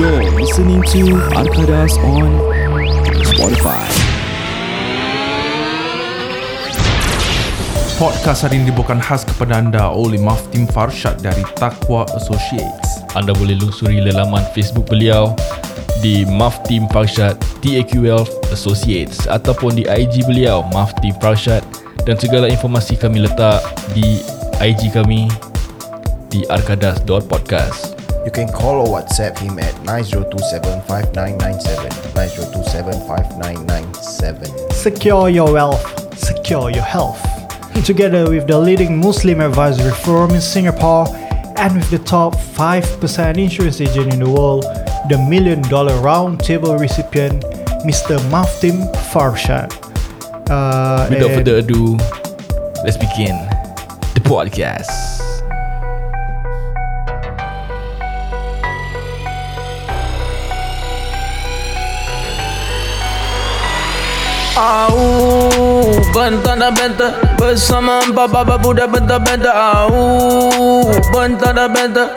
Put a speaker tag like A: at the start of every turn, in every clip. A: You're listening to Arkadas on Spotify.
B: Podcast hari ini dibawakan khas kepada anda oleh Maftim Farshad dari Takwa Associates.
C: anda boleh lusuri lelaman Facebook beliau di Maftim Farshad TAQL Associates ataupun di IG beliau Maftim Farshad dan segala informasi kami letak di IG kami di arkadas.podcast.
D: You can call or WhatsApp him at 90275997 90275997.
E: Secure your wealth, secure your health. Together with the leading Muslim advisory firm in Singapore and with the top 5% insurance agent in the world, the Million Dollar Roundtable recipient, Mr. Maftim Farshad. Uh,
C: Without
E: and-
C: further ado, let's begin the podcast.
F: Au Bantana benta Bersama empat baba budak benta-benta Au Bantana benta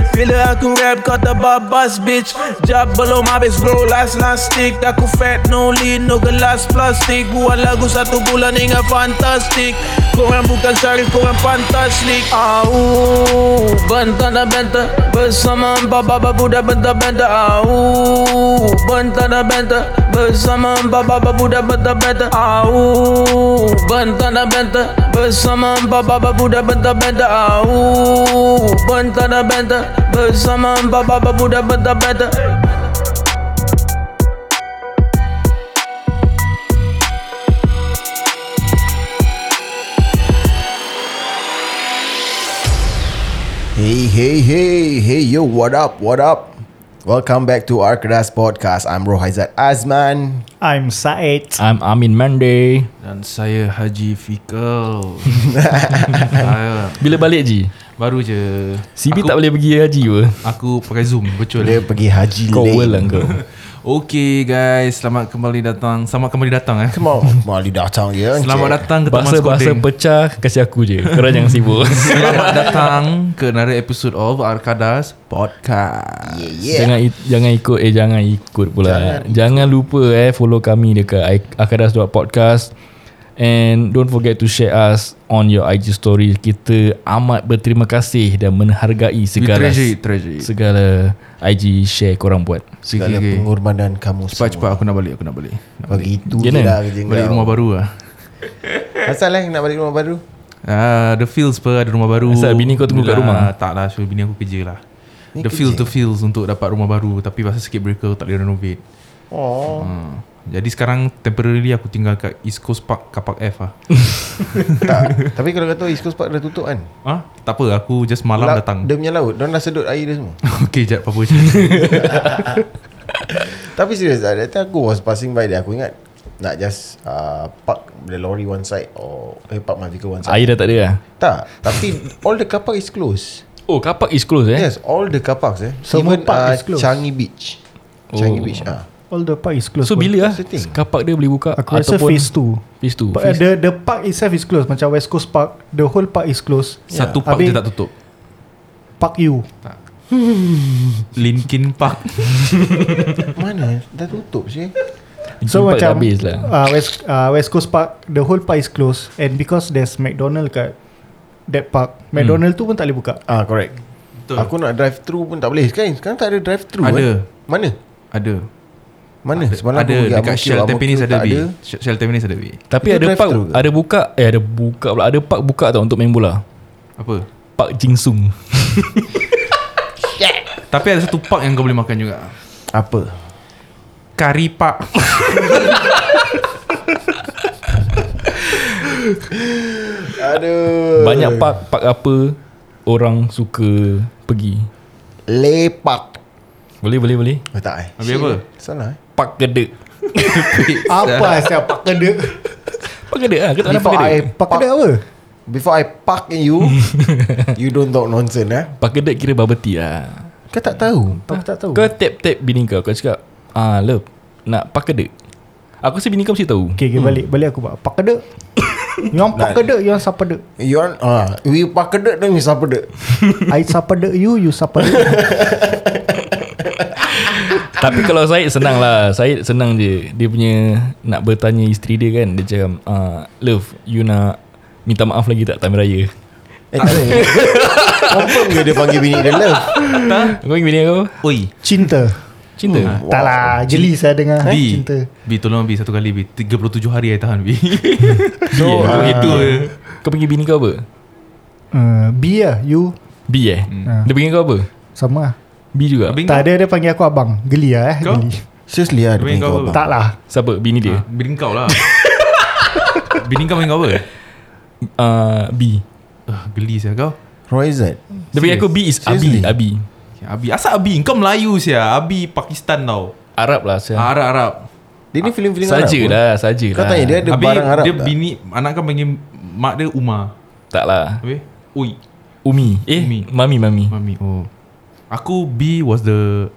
F: Bila aku rap kau terbabas bitch Jab belum habis bro last last stick Aku fat no lean no gelas plastik Buat lagu satu bulan hingga fantastik Korang bukan syarif korang fantastik Au Bentana benta Bersama empat baba budak benta-benta Au Bentana benta Bersama empat baba budak benta-benta Au Bentana benta Bersama empat baba budak benta-benta Au Bentana benta Bersama empat baba budak benta-benta
D: Hey, hey, hey, hey, yo, what up, what up? Welcome back to Arkadas Podcast. I'm Rohaizat Azman.
E: I'm Said.
C: I'm Amin Mande.
B: Dan saya Haji Fikal. saya
C: Bila balik Ji?
B: baru je.
C: CB
B: aku,
C: tak boleh pergi haji apa?
B: Aku presume betul.
D: Dia pergi haji
C: Kau
D: lane.
C: well lah kau.
B: Okay guys, selamat kembali datang. Selamat kembali datang eh.
D: Come on, Mali datang ya.
B: Selamat datang ke Taman
C: Bahasa-bahasa
B: Skoteng.
C: pecah kasih aku je. Korang jangan sibuk.
B: Selamat datang ke another episode of Arkadas Podcast.
D: Yeah,
C: Yeah.
D: yeah.
C: Jangan i- jangan ikut eh jangan ikut pula. Jangan, jangan lupa eh follow kami dekat I- akadas.podcast and don't forget to share us on your IG story. Kita amat berterima kasih dan menghargai
B: We
C: segala
B: treasure it, treasure it.
C: segala IG share korang buat.
D: Segala
B: Okay, okay.
D: pengorbanan kamu
B: Cepat-cepat aku nak balik, aku nak balik.
D: semua. Bagi itu je
C: Gimana?
D: lah kerja
B: Ya, Balik rumah baru lah.
D: Asal lah nak balik rumah baru?
B: Ah, the feels per ada rumah baru.
C: Asal bini kau tunggu kat
B: Yelah,
C: rumah?
B: Tak lah, so bini aku kerja lah.
D: Ni
B: the
D: kerja?
B: feel to feels untuk dapat rumah baru tapi pasal sikit breaker tak boleh renovate.
D: Oh,
B: Ha. Jadi sekarang temporarily aku tinggal kat East Coast Park Kapak F lah.
D: tak. Tapi kalau kata East Coast Park dah tutup kan?
B: ha? Tak apa, aku just malam
D: La-
B: datang.
D: Dia Ya, punya laut. Diorang dah sedut air dia semua.
B: okay, jap apa-apa.
D: Tapi serius lah That time aku was passing by there Aku ingat Nak just uh, Park the lorry one side Or eh, Park my vehicle one side
C: Air dah tak ada lah.
D: Tak Tapi All the car park is closed
C: Oh, kapak is closed eh.
D: Yes all the car parks eh
E: Semua
D: Even
E: park
D: uh,
E: is closed.
D: Changi Beach Changi
C: Oh.
D: Beach ah.
E: All the park is closed.
C: So bila lah
D: That's the thing.
C: kapak dia boleh buka
E: Aku rasa phase 2.
C: Phase 2.
E: But, uh, the, the park itself is closed. Macam West Coast Park, the whole park is closed.
B: Satu park
E: Habis-
B: je tak tutup.
E: Park U.
B: Linkin Park.
D: Mana Dah tutup sih
E: So macam
C: habis lah.
E: Uh, West uh, West Coast Park the whole park is closed and because there's McDonald kat that park
C: Hmm.
E: McDonald tu pun tak boleh buka.
D: Ah correct
B: Betul.
D: Aku nak drive through pun tak boleh Sekarang, sekarang tak ada drive through
B: Ada.
D: eh? Mana
B: ada.
D: Mana
B: ada
D: Semalam aku pergi
B: dekat
D: Ang Mo Kio,
B: Shell
D: Ang Mo
B: Tampines
D: Kio
B: ada
D: tak
B: B. Shell Shell Tampines ada B.
C: Tapi
D: Itu
C: ada
D: drive
C: park
D: through ke?
C: ada buka eh ada buka pula ada park buka tau untuk main bola.
B: Apa?
C: Park Jingsung.
B: Tapi ada satu park yang kau boleh makan juga.
D: Apa
B: Kari Park.
D: Aduh
C: Banyak park Park apa Orang suka Pergi
D: Lepak
C: Boleh boleh boleh
D: Oh, tak eh?
B: Habis apa?
D: Salah eh?
C: Pak kedek
E: Apa saya pak kedek?
C: Pak kedek lah Kau tak nak pak
D: Before I
C: kedek
E: Pak Eh, kedek apa?
D: Before I park in you You don't talk nonsense eh
C: Pak kedek kira bubble tea lah
D: Kau tak tahu
E: Aku tak tahu.
C: Kau tap-tap bini kau Kau cakap Ah love Nak pak kedek Aku rasa bini kau mesti tahu
E: Okay, okay balik balik aku buat pak kedek. yang pak kedek, yang sapa dek.
D: You on uh, We park kedek Then we sapa dek
E: I sapa dek you, you sapa dek.
C: Tapi kalau Syed senang lah Syed senang je Dia punya Nak bertanya isteri dia kan Dia cakap ah, Love You nak Minta maaf lagi tak Time raya
D: Eh tak ada Confirm ke dia panggil bini dia love
C: Kau ingat bini aku
B: Oi
E: Cinta.
C: Cinta
D: Hmm.
E: Tak lah, jeli saya dengar. eh,
B: B
E: Cinta.
B: B tolong B satu kali B 37 hari I tahan B
C: B eh
B: Aku Itu je.
C: Kau panggil bini kau apa
E: Uh, B lah, you
C: B eh
E: Hmm.
C: Dia panggil kau apa
E: sama lah.
C: B juga
B: Bing
E: Tak ada dia panggil aku abang. Geli lah eh,
B: Kau?
E: geli.
D: Seriously lah Dia
B: Wait,
D: panggil
B: kau
D: kau
B: apa?
D: abang
E: Tak lah.
C: Siapa bini dia
B: Bini kau lah Bini kau panggil kau apa?
C: Ah, B
B: Uh, geli saya kau
D: Roy Z
C: Dia panggil aku B is Abi
D: Seriously?
C: Abi
B: Okay, Ya, Abi Asal Abi Kau Melayu sia Abi Pakistan tau
C: Arab lah saya.
D: Ya.
B: Ah, Arab-Arab
D: Dia ni film-film
C: Saja
D: Arab pun.
C: lah Saja
D: Kau
C: lah
D: tanya dia ada
B: Abi
D: barang Arab
B: dia
D: tak?
B: bini Anak kau panggil Mak dia Umar
C: Tak lah
B: Habis Ui
C: Umi Eh
B: Umi.
C: Mami Mami
B: Mami oh Aku B was the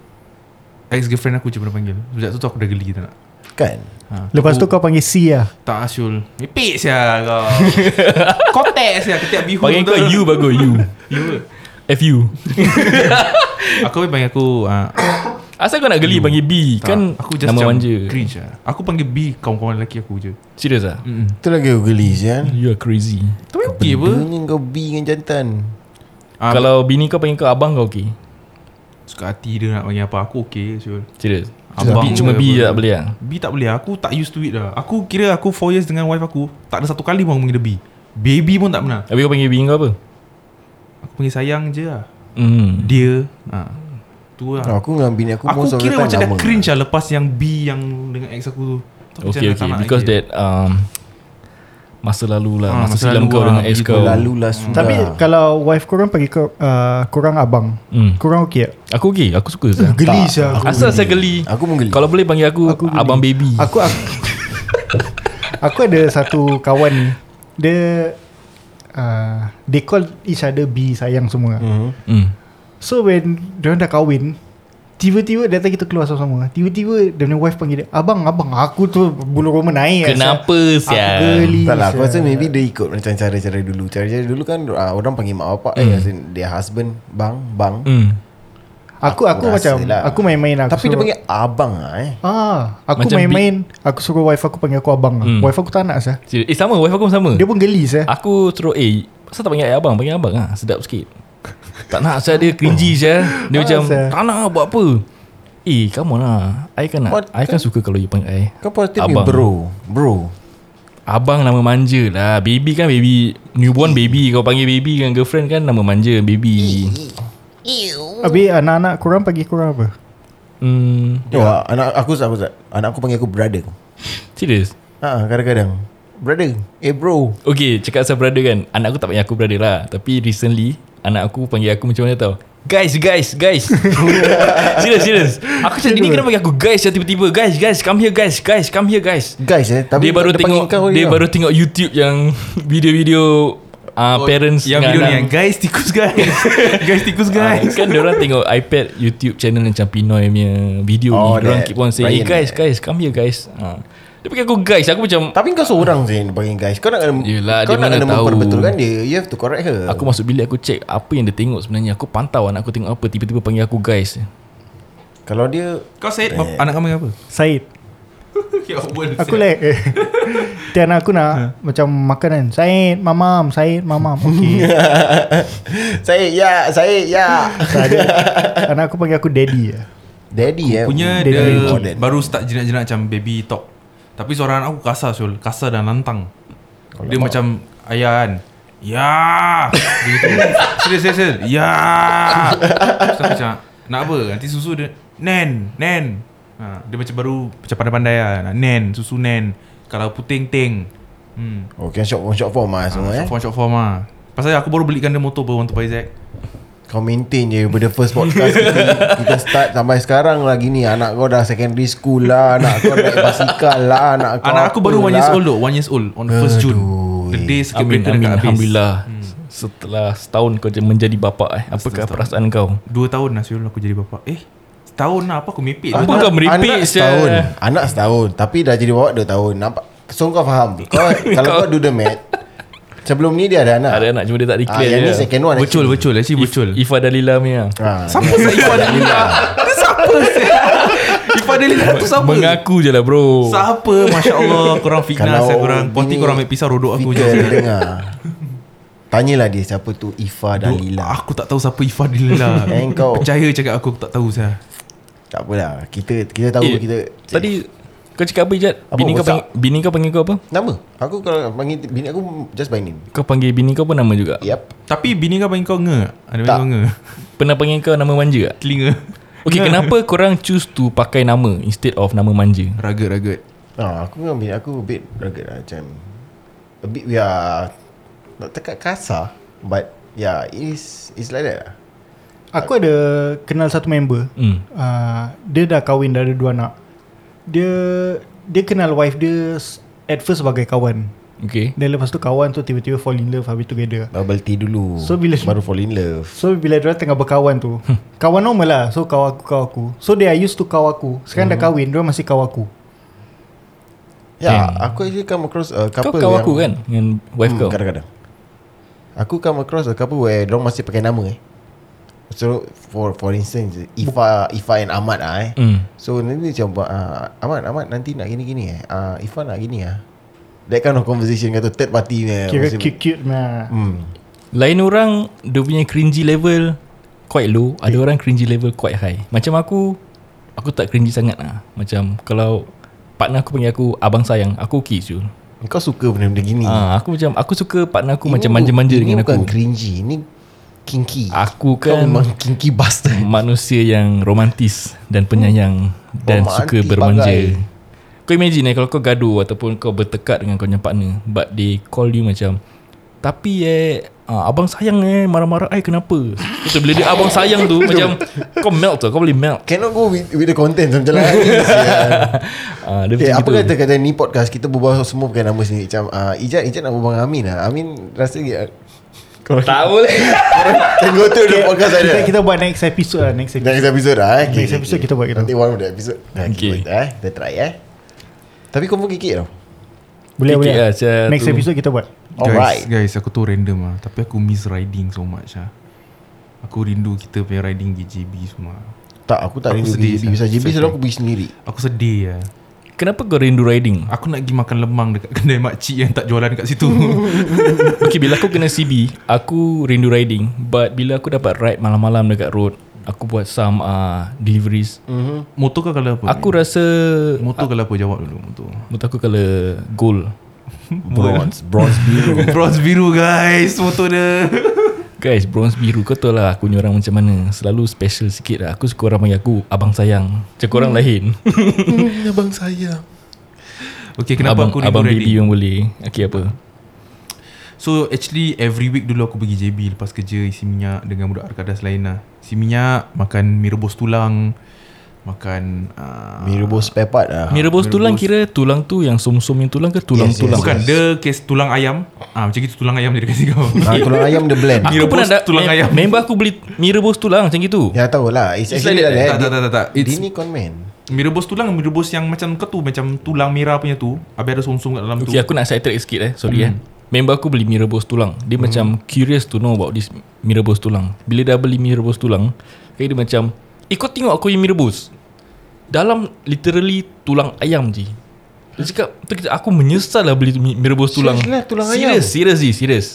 B: Ex-girlfriend aku je pernah panggil Sejak tu, tu aku dah geli tak nak
D: Kan
E: Lepas tu kau panggil C lah.
B: Tak asyul Mepek sia kau Kotek sia Ketiak bihun
C: Panggil
B: tu.
C: kau you bagus You
B: You ke?
C: FU
B: Aku pun panggil aku uh,
C: Asal kau nak geli panggil B Kan
B: Aku just
C: nama
B: macam
C: manja
B: Cringe lah Aku panggil B Kawan-kawan lelaki aku je
C: Serius lah
B: Mm-mm.
D: Itu lagi kau geli kan
C: You are crazy
B: Tapi okey apa
D: Dunia kau B dengan jantan
B: Ah,
C: Kalau bini kau panggil kau abang kau okey
B: Suka hati dia nak panggil apa Aku okey Syul
C: Serius
B: Abang
C: B, Cuma
B: ke
C: B
B: apa.
C: tak boleh lah
B: B tak boleh Aku tak used to it lah Aku kira aku 4 years dengan wife aku Tak ada satu kali pun aku panggil dia B Baby pun tak pernah
C: Habis kau panggil bini kau apa
B: Aku panggil sayang je lah
C: Hmm
B: Dia ha. Tu lah
D: Aku dengan bini Oh, aku
B: Aku
D: most of the
B: kira
D: time
B: macam dah
D: nama.
B: cringe lah Lepas yang B yang Dengan ex aku tu Tu aku
C: Okay
B: macam tak
C: okay
B: nak
C: Because
B: lagi.
C: that um, Masa lalu lah
B: Ah,
C: Masa
B: masa
C: silam
B: lalu
C: kau
B: lah.
C: dengan ex
B: Itu
C: kau
D: Lalu lah sudah
E: Tapi kalau wife korang panggil kau, uh, korang abang.
C: Hmm.
E: Korang okey tak?
C: Aku okey Aku suka Zah.
E: Geli saya aku.
C: Asal saya geli
D: Aku pun geli.
C: Kalau boleh panggil aku,
E: Aku geli.
C: Abang baby
E: Aku aku, aku ada satu kawan ni. Dia uh, they call each other B sayang semua.
D: Mhm.
E: Mm.
C: hmm.
E: So when dia dah kahwin, tiba-tiba data kita keluar sama-sama. Tiba-tiba dia punya wife panggil dia, "Abang, abang." Aku tu bulu roma naik.
C: Kenapa
E: eh? Aku
C: sial
E: geli.
D: tak lah aku rasa
E: sia.
D: maybe dia ikut macam cara-cara dulu Cara-cara dulu kan uh, orang panggil mak bapak eh, as in Dia husband Bang Bang
C: hmm.
E: Aku aku,
D: Aku rasa
E: macam
D: lah.
E: aku main-main aku.
D: Tapi dia
E: suruh-
D: panggil abang lah eh
E: Ah, aku
C: Macam
E: main-main aku suruh wife aku panggil aku abang.
C: Hmm. Ah.
E: Mm. Wife aku tak nak sah.
C: Serius. Eh sama Wife aku pun sama
E: Dia pun geli sah.
C: Aku terus Eh Kenapa tak panggil ayah abang Panggil abang lah Sedap sikit Tak nak saya dia cringy saya Dia
E: Ah,
C: macam
E: sia.
C: Tak nak buat apa Eh come on lah I kan nak
D: What?
C: I kan suka kalau you panggil I
D: Kau positif ni
C: Abang.
D: bro Bro
C: Abang nama manja lah Baby kan baby Newborn baby Kau panggil baby dengan girlfriend kan Nama manja baby
E: Habis anak-anak korang panggil korang apa?
C: Hmm
D: Wah, anak aku Ustaz, aku Ustaz. Anak aku panggil aku brother.
C: Serius
D: Ha, kadang-kadang. Brother. Eh bro.
C: Okay cakap pasal brother kan Anak aku tak panggil aku brother lah Tapi recently Anak aku panggil aku macam mana tau Guys guys guys Serius serius Aku cakap ini kenapa panggil aku guys ya, Tiba-tiba guys guys come here guys Guys come here guys
D: Guys eh, tapi
C: Dia baru
D: tak ada
C: tengok
D: panggil kau ya?
C: Dia
D: juga.
C: baru tengok YouTube yang Video-video uh,
B: Oh,
C: Parents
B: Yang
C: dengan
B: video ni
C: anak.
B: yang, Guys tikus guys Guys tikus
C: Ah,
B: guys
C: Kan diorang tengok iPad YouTube channel Macam Pinoy punya video
D: Oh,
C: ni Diorang
D: that
C: keep on saying Eh
D: Ryan
C: guys
D: eh.
C: guys come here guys Ah. Dia panggil aku guys Aku macam
D: tapi kau seorang je yang panggil guys. Kau nak kena
C: Yelah, dia
D: kau nak
C: mana
D: kena
C: tahu.
D: memperbetulkan dia. You have to correct her.
C: Aku masuk bilik aku check Apa yang dia tengok sebenarnya Aku pantau anak aku tengok apa Tiba-tiba panggil aku guys
D: Kalau dia
B: Kau Syed pap- Anak kau panggil apa
E: Said.
B: Ya Allah,
E: Aku
B: Syed.
E: like eh. Dan aku nak Macam makan kan Said mamam Said mamam Okay
D: saya ya, saya ya.
E: Tak ada Anak aku panggil aku daddy ya.
D: Daddy eh.
B: Punya
E: Dia
B: dia,
E: very
D: modern.
B: baru start jenak-jenak macam baby talk. Tapi suara anak aku kasar Syul. Kasar dan lantang. dia macam ayah kan. Ya. Dia gitu. serius, serius, serius. Ya. Terus aku macam, nak apa? Nanti susu dia. Nen, nen. Ha, dia macam baru macam pandai-pandai lah. Nak nen, susu nen. Kalau puting, ting. Hmm.
D: Oh, kan short form, short form lah semua eh.
B: Short form, short form lah. Pasal aku baru belikan dia motor pun untuk Paizek.
D: Kau maintain je Daripada first podcast kita, kita start sampai sekarang lagi ni Anak kau dah secondary school lah Anak kau naik basikal lah Anak kau
B: Anak aku baru
D: apalah.
B: one years old though One years old On the first June The day circuit
C: Amin,
B: breaker
C: amin,
B: dekat habis Hmm.
C: Alhamdulillah Setelah setahun kau je menjadi bapa eh Apakah perasaan kau?
B: Dua tahun lah Syul aku jadi bapak Eh Setahun lah apa aku mepek
C: Apa
D: Ah,
B: Dua
C: kau meripik
D: Anak
C: je?
D: setahun Anak setahun Tapi dah jadi bawa dua tahun Nampak So kau faham kau, Kalau kau do the math Sebelum ni dia ada anak
C: Ada anak cuma dia tak
D: Ah,
C: declare
D: Yang
C: je
D: ni second one
B: Becul becul Actually becul
C: Ifa Dalila punya
D: Ah,
B: Siapa saya Iwan Lila Dia siapa saya Iwan Lila tu siapa
C: Mengaku je lah bro
B: Siapa Masya Allah Korang fitnah saya korang
D: bini
B: Poti korang ambil pisau Rodok aku
D: Fika
B: je
D: dengar Tanyalah dia siapa tu Ifa dan Lila
B: Aku tak tahu siapa Iwan Lila
D: lah, Eh, kau.
B: Percaya cakap aku Aku tak tahu saya
D: Tak apalah Kita kita tahu
C: Eh,
D: kita
C: Tadi kau cakap apa Ijat?
D: Apa,
C: Bini kau,
D: bosak?
C: panggil, bini kau panggil kau apa?
D: Nama Aku kalau panggil bini aku Just by name
C: Kau panggil bini kau pun nama juga
D: Yep
B: Tapi bini kau panggil kau nge Ada panggil
D: Tak.
B: kau nge
C: Pernah panggil kau nama manja tak?
B: Telinga
C: Okay kenapa korang choose to pakai nama Instead of nama manja
B: Ragut-ragut
D: ah, Aku dengan bini aku A bit rugged lah Macam A bit we are Not tekat kasar But Yeah it is It's like that lah
E: Aku ada kenal satu member.
C: Hmm.
E: Uh, dia dah kahwin dah ada dua anak. Dia dia kenal wife dia s- at first sebagai kawan.
C: Okay
E: Dan lepas tu kawan tu tiba-tiba fall in love habis together.
D: Bubble tea dulu
E: So, bila-
D: Baru fall in love
E: So bila dia tengah berkawan tu, kawan normal lah. So kau aku kau aku. So they are used to kau aku. Sekarang dah kahwin, dia masih kau aku.
D: Ya yeah, Aku actually come across A
C: Kau
D: couple
C: kau
D: yang,
C: aku kan Dengan wife
D: Hmm,
C: kau
D: Kadang-kadang Aku come across a couple Where diorang masih pakai nama eh So for for instance Ifa Ifa and Ahmad ah eh
C: Hmm.
D: So nanti dia macam uh, Ahmad Ahmad nanti nak gini-gini eh uh, Ifa nak gini ah That kind of conversation Kata third party punya
E: Kira
D: masih-
E: cute-cute nah.
D: hmm.
C: Lain orang Dia punya cringy level Quite low Ada orang cringy level quite high Macam aku Aku tak cringy sangat lah Macam Kalau Partner aku panggil aku Abang sayang Aku okay je
D: Kau suka benda-benda gini
C: Ah, Aku macam Aku suka partner aku
D: Hmm. Ini
C: Macam
D: bu-
C: manja-manja
D: ini
C: dengan
D: bukan
C: aku
D: cringy Ini kinky
C: Aku
D: Kau
C: kan
D: memang kinky bastard
C: Manusia yang romantis Dan penyayang Dan
D: Romantis
C: suka bermanja
D: bagai.
C: Kau imagine eh Kalau kau gaduh Ataupun kau bertekad Dengan kau punya partner But they call you macam Tapi eh ah, Abang sayang eh Marah-marah eh kenapa Betul bila dia abang sayang tu Macam Kau melt tau Kau boleh melt
D: Cannot go with, with the content Macam lah
C: ah, Dia
D: Eh,
C: macam
D: apa
C: gitu
D: kata kata ni podcast kita berbual semua pakai nama sendiri macam uh, Ijat Ijat nak berbual dengan Amin lah. Amin rasa dia
C: Tak boleh
D: tengok tu dia podcast ada.
E: Kita kita buat next episode lah next episode.
D: Next episode lah eh.
E: Next episode kita buat kita.
D: Nanti one of the episode. Nah,
C: Okay.
D: okay. Kita, eh. kita try eh. Tapi kau pun kikik tau.
E: Boleh
C: Fikir
E: boleh.
C: lah macam
E: Next
C: tu.
E: episode kita buat.
D: Alright.
B: Guys, guys, aku tu random lah Tapi aku miss riding so much lah Aku rindu kita punya riding GJB semua
D: Tak, aku tak
B: Aku
D: rindu
B: sedih,
D: JB.
B: Sah.
D: Pasal JB
B: Sedih.
D: selalu aku pergi sendiri.
B: Aku sedih lah
C: Kenapa kau rindu riding
B: Aku nak pergi makan lemang dekat kedai makcik yang tak jualan dekat situ
C: Okay bila aku kena CB Aku rindu riding But bila aku dapat ride Malam-malam dekat road Aku buat some uh, Deliveries
D: Hmm.
B: Motor kau kalau apa?
C: Aku rasa
B: Motor kalau apa? Jawab dulu motor
C: Menurut aku kalau Gold
D: Bronze, bronze biru.
B: Bronze biru guys Motor dia
C: Guys bronze biru Kau tahu lah Aku ni orang macam mana Selalu special sikit lah Aku suka orang panggil aku Abang sayang Macam korang
B: Hmm.
C: lain
D: Abang saya.
B: Okay kenapa
C: Abang,
B: aku rindu
C: abang
B: riding
C: baby pun boleh Okay apa
B: So actually every week dulu aku pergi JB Lepas kerja isi minyak Dengan budak arkadas lain lah Isi minyak Makan mie rebus tulang Makan uh,
D: Mie rebus spare part lah.
C: Mie rebus tulang kira Tulang tu yang som-som yang tulang ke Tulang-tulang
B: Bukan dia kes tulang ayam ah, Macam gitu tulang ayam dia kasi kau
D: Ah, tulang ayam the blend.
B: Mie
C: Aku pernah
B: rebus
C: ada
B: tulang ayam.
C: Member aku beli Mie rebus tulang macam gitu
D: Ya tahu lah. It's
B: It's
D: actually
B: like
D: like
B: that. Tak,
D: that.
B: tak, tak, tak. It's-
D: Dini comment.
B: Mie rebus tulang Mie rebus yang macam kau tu Macam tulang merah punya tu Habis ada sumsum kat dalam tu
C: Okay aku nak side track sikit eh Sorry eh Member aku beli mie rebus tulang Dia macam curious to know about this Mie rebus tulang Bila dah beli mie rebus tulang Kaya dia macam Eh kau tengok aku yang mie rebus Dalam literally tulang ayam je Dia cakap tu kita, Aku menyesal lah beli mie, mie rebus tulang
D: Serious lah, tulang
C: Serious
D: ayam.
C: Serious je serious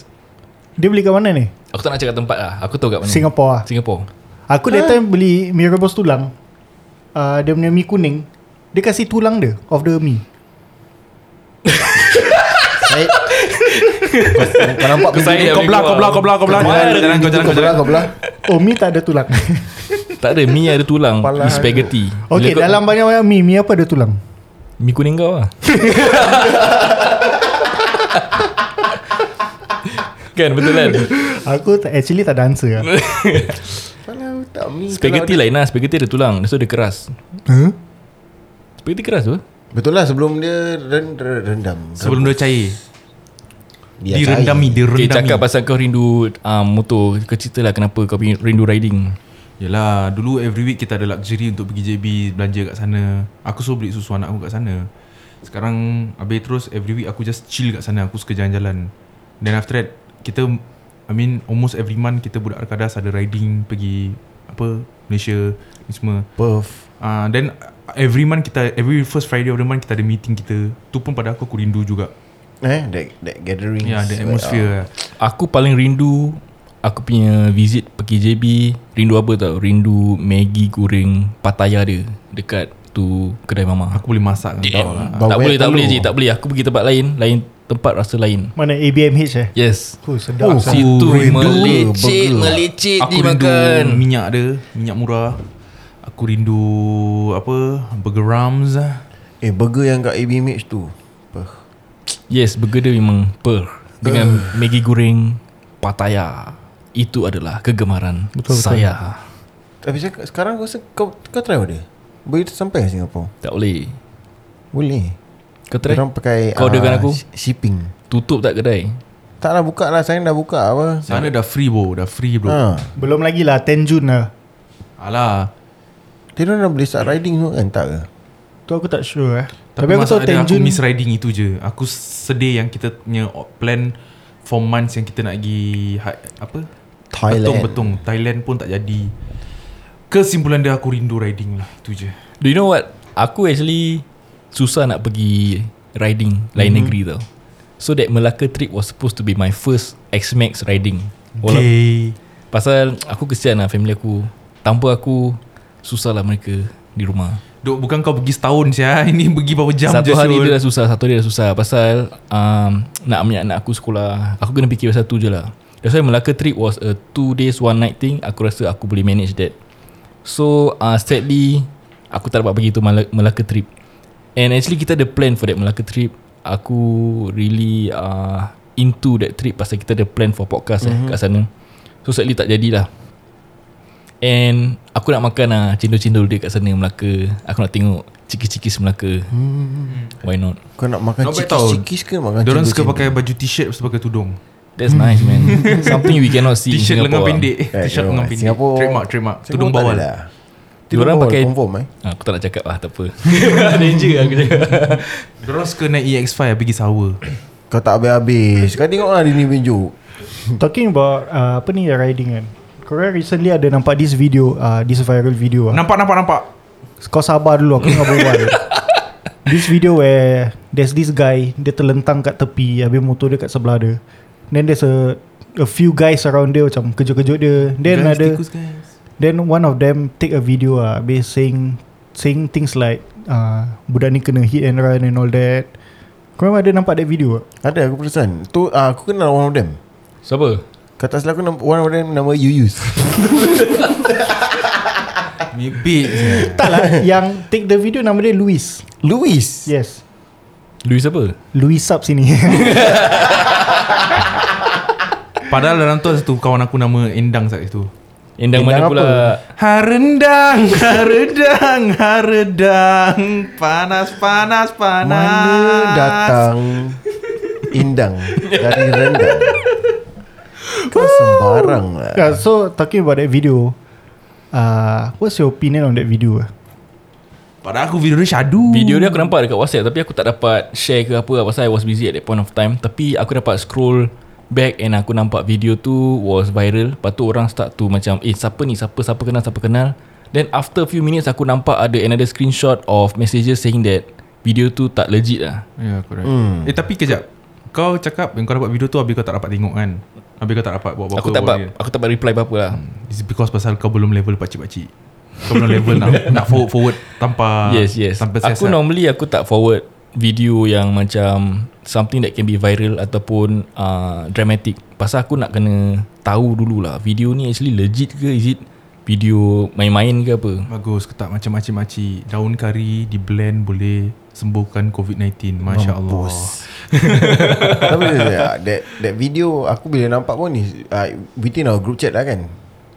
E: Dia beli kat mana ni?
C: Aku tak nak cakap tempat lah Aku tahu kat mana
E: Singapore ah.
C: Singapore
E: Aku that time beli mie rebus tulang. Uh, dia punya mie kuning. Dia kasih tulang dia of the mie.
D: Saya Kau- Kau nampak
C: Kau sayang
B: Kau belah, kau belah, kau belah, kau belah. Jalan, jalan, kau jalan,
D: Kau
B: kau
D: belah
B: jalan.
D: Kau belah
E: Oh mie tak ada tulang.
C: Tak ada mie ada tulang
D: Kepala
C: It's spaghetti Bila
E: okay
C: kau-
E: dalam banyak-banyak mie, mie apa ada tulang?
C: Mie kuning kau lah Kan betul kan
E: Aku tak, actually tak ada answer lah.
D: Kalau tak mi
C: Spaghetti
D: kalau
C: lain lah Spaghetti ada tulang So dia keras
B: Ha?
E: huh?
C: Spaghetti keras apa?
D: ada- Betul lah sebelum dia ren, ren- rendam
B: Sebelum dia cair
D: dia
B: Direndami
D: cair.
B: Direndami
C: Okay cakap pasal kau rindu um, Motor Kau cerita lah kenapa kau pi- rindu riding
B: Yelah Dulu every week kita ada luxury Untuk pergi JB Belanja kat sana Aku selalu beli susu anak aku kat sana Sekarang Habis terus Every week aku just chill kat sana Aku suka jalan-jalan Then after that Kita I mean Almost every month Kita budak Arkadas Ada riding Pergi Apa Malaysia Ni semua
D: Perth
B: Ah, Then Every month kita Every first Friday of the month Kita ada meeting kita Tu pun pada aku Aku rindu juga
D: Eh that, that gathering
B: Ya yeah, the atmosphere
C: Aku paling rindu Aku punya visit pergi JB Rindu apa tau Rindu Maggi goreng Pattaya dia Dekat tu Kedai mama eh,
B: Aku boleh masak kan kau lah.
C: Tak
D: Bawang
C: boleh tak
D: telur.
C: boleh je Tak boleh Aku pergi tempat lain Lain tempat rasa lain
E: Mana ABMH eh?
C: Yes
E: Oh, sedap.
B: Oh,
E: Oh,
B: si-
C: Situ
B: rindu
C: melecit Melecit
B: Aku rindu
C: dimakan
B: minyak dia Minyak murah Aku rindu Apa Burger ah. Rams
D: Eh burger yang kat AB Mage tu Perth
C: Yes burger dia memang Per Dengan
B: Eh.
C: Maggi goreng Pattaya Itu adalah kegemaran Saya
D: Tapi cakap, sekarang aku rasa kau, kau try order Boleh sampai ke Singapore
C: Tak boleh
D: Boleh
C: Kau try
D: Orang pakai
C: Kau orderkan
D: ah,
C: aku?
D: sh- Shipping
C: Tutup tak kedai
D: Tak lah buka lah Saya dah buka apa
B: Sana dah free bro Dah free bro
D: Ha
E: Belum lagi lah 10 Jun lah.
B: Alah
D: Dia orang dah boleh start riding tu kan Tak ke
E: Tu aku tak sure eh.
B: Tapi,
E: Tapi,
B: masa
E: aku tahu
B: ada
E: 10
B: aku
E: Jun.
B: miss riding itu je Aku sedih yang kita punya plan For months yang kita nak pergi ha- Apa
D: Thailand.
B: Betung-betung Thailand pun tak jadi Kesimpulan dia aku rindu riding lah Itu je
C: Do you know what? Aku actually susah nak pergi riding lain mm-hmm. negeri tau. So that Melaka trip was supposed to be my first X-Max riding. Walau,
B: Okay
C: pasal aku kesian lah family aku. Tanpa aku, susah lah mereka di rumah.
B: Dok bukan kau pergi setahun sia Ini pergi berapa jam je
C: satu hari
B: Syul.
C: dia dah susah, satu hari dah susah. Pasal um, nak ambil anak aku sekolah, aku kena fikir pasal tu je lah. That's why Melaka trip was a two days, one night thing. Aku rasa aku boleh manage that. So uh, sadly Aku tak dapat pergi tu Mala- Melaka trip And actually kita ada plan for that Melaka trip Aku really uh, Into that trip Pasal kita ada plan for podcast mm-hmm. eh Kat sana So sadly tak jadilah And Aku nak makan lah Cendol-cendol dia kat sana Melaka Aku nak tengok Cikis-cikis Melaka mm-hmm. Why not
D: Kau nak makan
B: Not bad tau
D: cikis-cikis ke Makan
B: Diorang suka pakai
D: cendol-cendol?
B: baju t-shirt Sebagai tudung
C: That's nice man Something we cannot see in
B: T-shirt lengan
C: Singapore lah.
B: pendek
D: Eh,
B: T-shirt
D: no,
B: lengan pendek
D: Singapore-
B: Trademark trademark
D: Singapore
B: Tudung
D: tak
B: bawal
D: ada lah. Tudung
C: Diorang
D: bawal
C: pakai
D: Confirm eh
C: Ah, Aku tak nak cakap lah Tak apa Danger aku cakap
B: Diorang suka naik E EX5 Pergi sawa
D: Kau tak habis-habis Kau tengok lah dia ni pinjuk
E: Talking about uh, apa ni riding kan. Korang recently ada nampak this video, uh, this viral video lah.
B: Nampak nampak nampak
E: Kau sabar dulu aku nak berbual. this video where there's this guy dia terlentang kat tepi habis motor dia kat sebelah dia. Then there's a a few guys around dia macam kejut-kejut dia. Then
B: Guys,
E: ada
B: tikus, guys.
E: Then one of them take a video ah, be saying saying things like uh, budak ni kena hit and run and all that. Korang ada nampak that video? ah? tak?
D: Ada aku perasan Tu ah, aku kenal one of them
C: Siapa?
D: Kata salah aku nam- One of them nama Yuyus
B: Mimpi
E: tak lah. Yang take the video nama dia Louis.
D: Louis
E: Yes.
C: Louis apa?
E: Louis Sub sini.
B: Padahal dalam tu ada satu kawan aku Nama Endang saat itu
C: Endang,
D: Endang
C: mana
D: apa?
C: pula
B: Harendang Haredang Haredang Panas panas panas
D: Mana datang Indang Dari rendang Kau sembarang lah
E: yeah, Ah, so talking about that video, uh, what's your opinion on that video? ah?
B: Padahal aku video dia syadu
C: Video dia aku nampak dekat WhatsApp Tapi aku tak dapat share ke apa lah, Pasal I was busy at that point of time Tapi aku dapat scroll back And aku nampak video tu was viral Lepas tu orang start tu macam Eh siapa ni siapa siapa kenal siapa kenal Then after few minutes aku nampak ada another screenshot of messages saying that Video tu tak legit lah
B: Ya correct hmm. Eh tapi kejap Kau cakap Yang kau dapat video tu Habis kau tak dapat tengok kan Habis kau tak dapat buat apa-apa
C: Aku tak
B: buat
C: dapat aku tak dapat reply apa-apa lah
B: It's because pasal kau belum level pakcik-pakcik Kau belum level nak, nak forward-forward Tanpa
C: Yes yes
B: tanpa
C: Aku
B: Ah, siasat.
C: normally aku tak forward Video yang macam Something that can be viral Ataupun ah, uh, Dramatic Pasal aku nak kena Tahu dululah Video ni actually legit ke Is it video main-main ke apa?
B: Bagus ke tak macam makcik-makcik Daun kari di blend boleh Sembuhkan COVID-19 Masya Allah
D: Tapi uh, that, that video Aku bila nampak pun is, uh, Within our group chat lah kan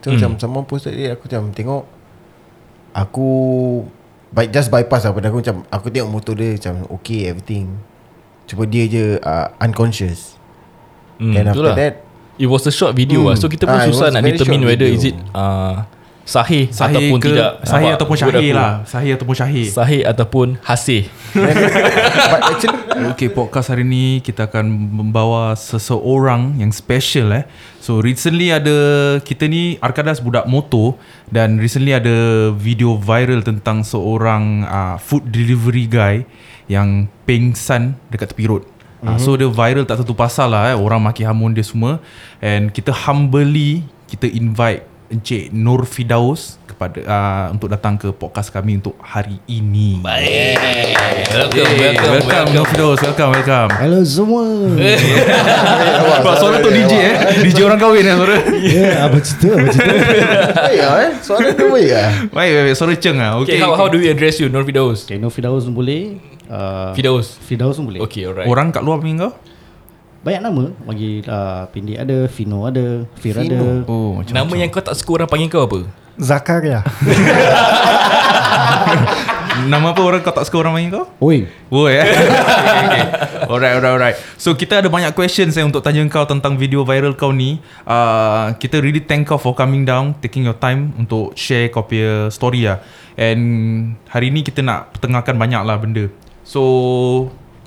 D: So hmm. macam Someone posted it Aku macam tengok Aku by, Just bypass lah pada aku macam Aku tengok motor dia Macam okay everything Cuma dia je uh, Unconscious
C: Hmm,
D: Then
C: itulah.
D: after that
C: It was a short video
D: Hmm.
C: lah So kita pun
D: Ah, it
C: susah
D: was
C: nak
D: very
C: determine
D: short
C: whether
D: video.
C: is it uh, sahih,
B: Sahih
C: ataupun
B: ke
C: tidak
B: Sahih
C: Nampak?
B: ataupun
C: Good
B: syahih
C: aku.
B: lah Sahih ataupun syahih
C: Sahih ataupun hasih
D: But actually
B: Okay podcast hari ni Kita akan membawa Seseorang yang special eh So recently ada Kita ni Arkadas budak motor Dan recently ada Video viral tentang Seorang uh, Food delivery guy Yang pengsan Dekat tepi road mm-hmm. uh, So dia viral tak tentu pasal lah eh Orang maki hamun dia semua And kita humbly Kita invite Encik Nur Fidaus kepada uh, untuk datang ke podcast kami untuk hari ini. Baik.
C: Welcome,
B: Welcome, welcome, Nur Fidaus. Welcome, welcome.
E: Hello semua
B: Sebab suara tu DJ eh DJ orang kahwin eh suara
E: Ya yeah, apa cerita apa cerita
D: Baik lah eh Suara dia baik lah
B: Baik baik baik, suara ceng lah
C: Okay,
B: Okay,
C: how, how do we address you, Nur Fidaus?
G: Okay, no Fidaus pun boleh. Uh,
C: Fidaus
G: Fidaus pun boleh.
C: Okay, alright
B: Orang kat luar panggil kau
G: Banyak nama bagi uh, pendek ada, Fino ada, Fir ada.
B: Oh macam
C: Nama yang kau tak suka orang panggil kau apa?
E: Zakaria
B: Nama apa orang kau tak suka orang panggil kau?
G: Oi.
B: Oh ya okay, okay. Alright alright alright So kita ada banyak questions eh, Untuk tanya kau Tentang video viral kau ni uh, Kita really thank kau For coming down Taking your time Untuk share kau punya story lah And Hari ni kita nak Pertengahkan banyak lah benda So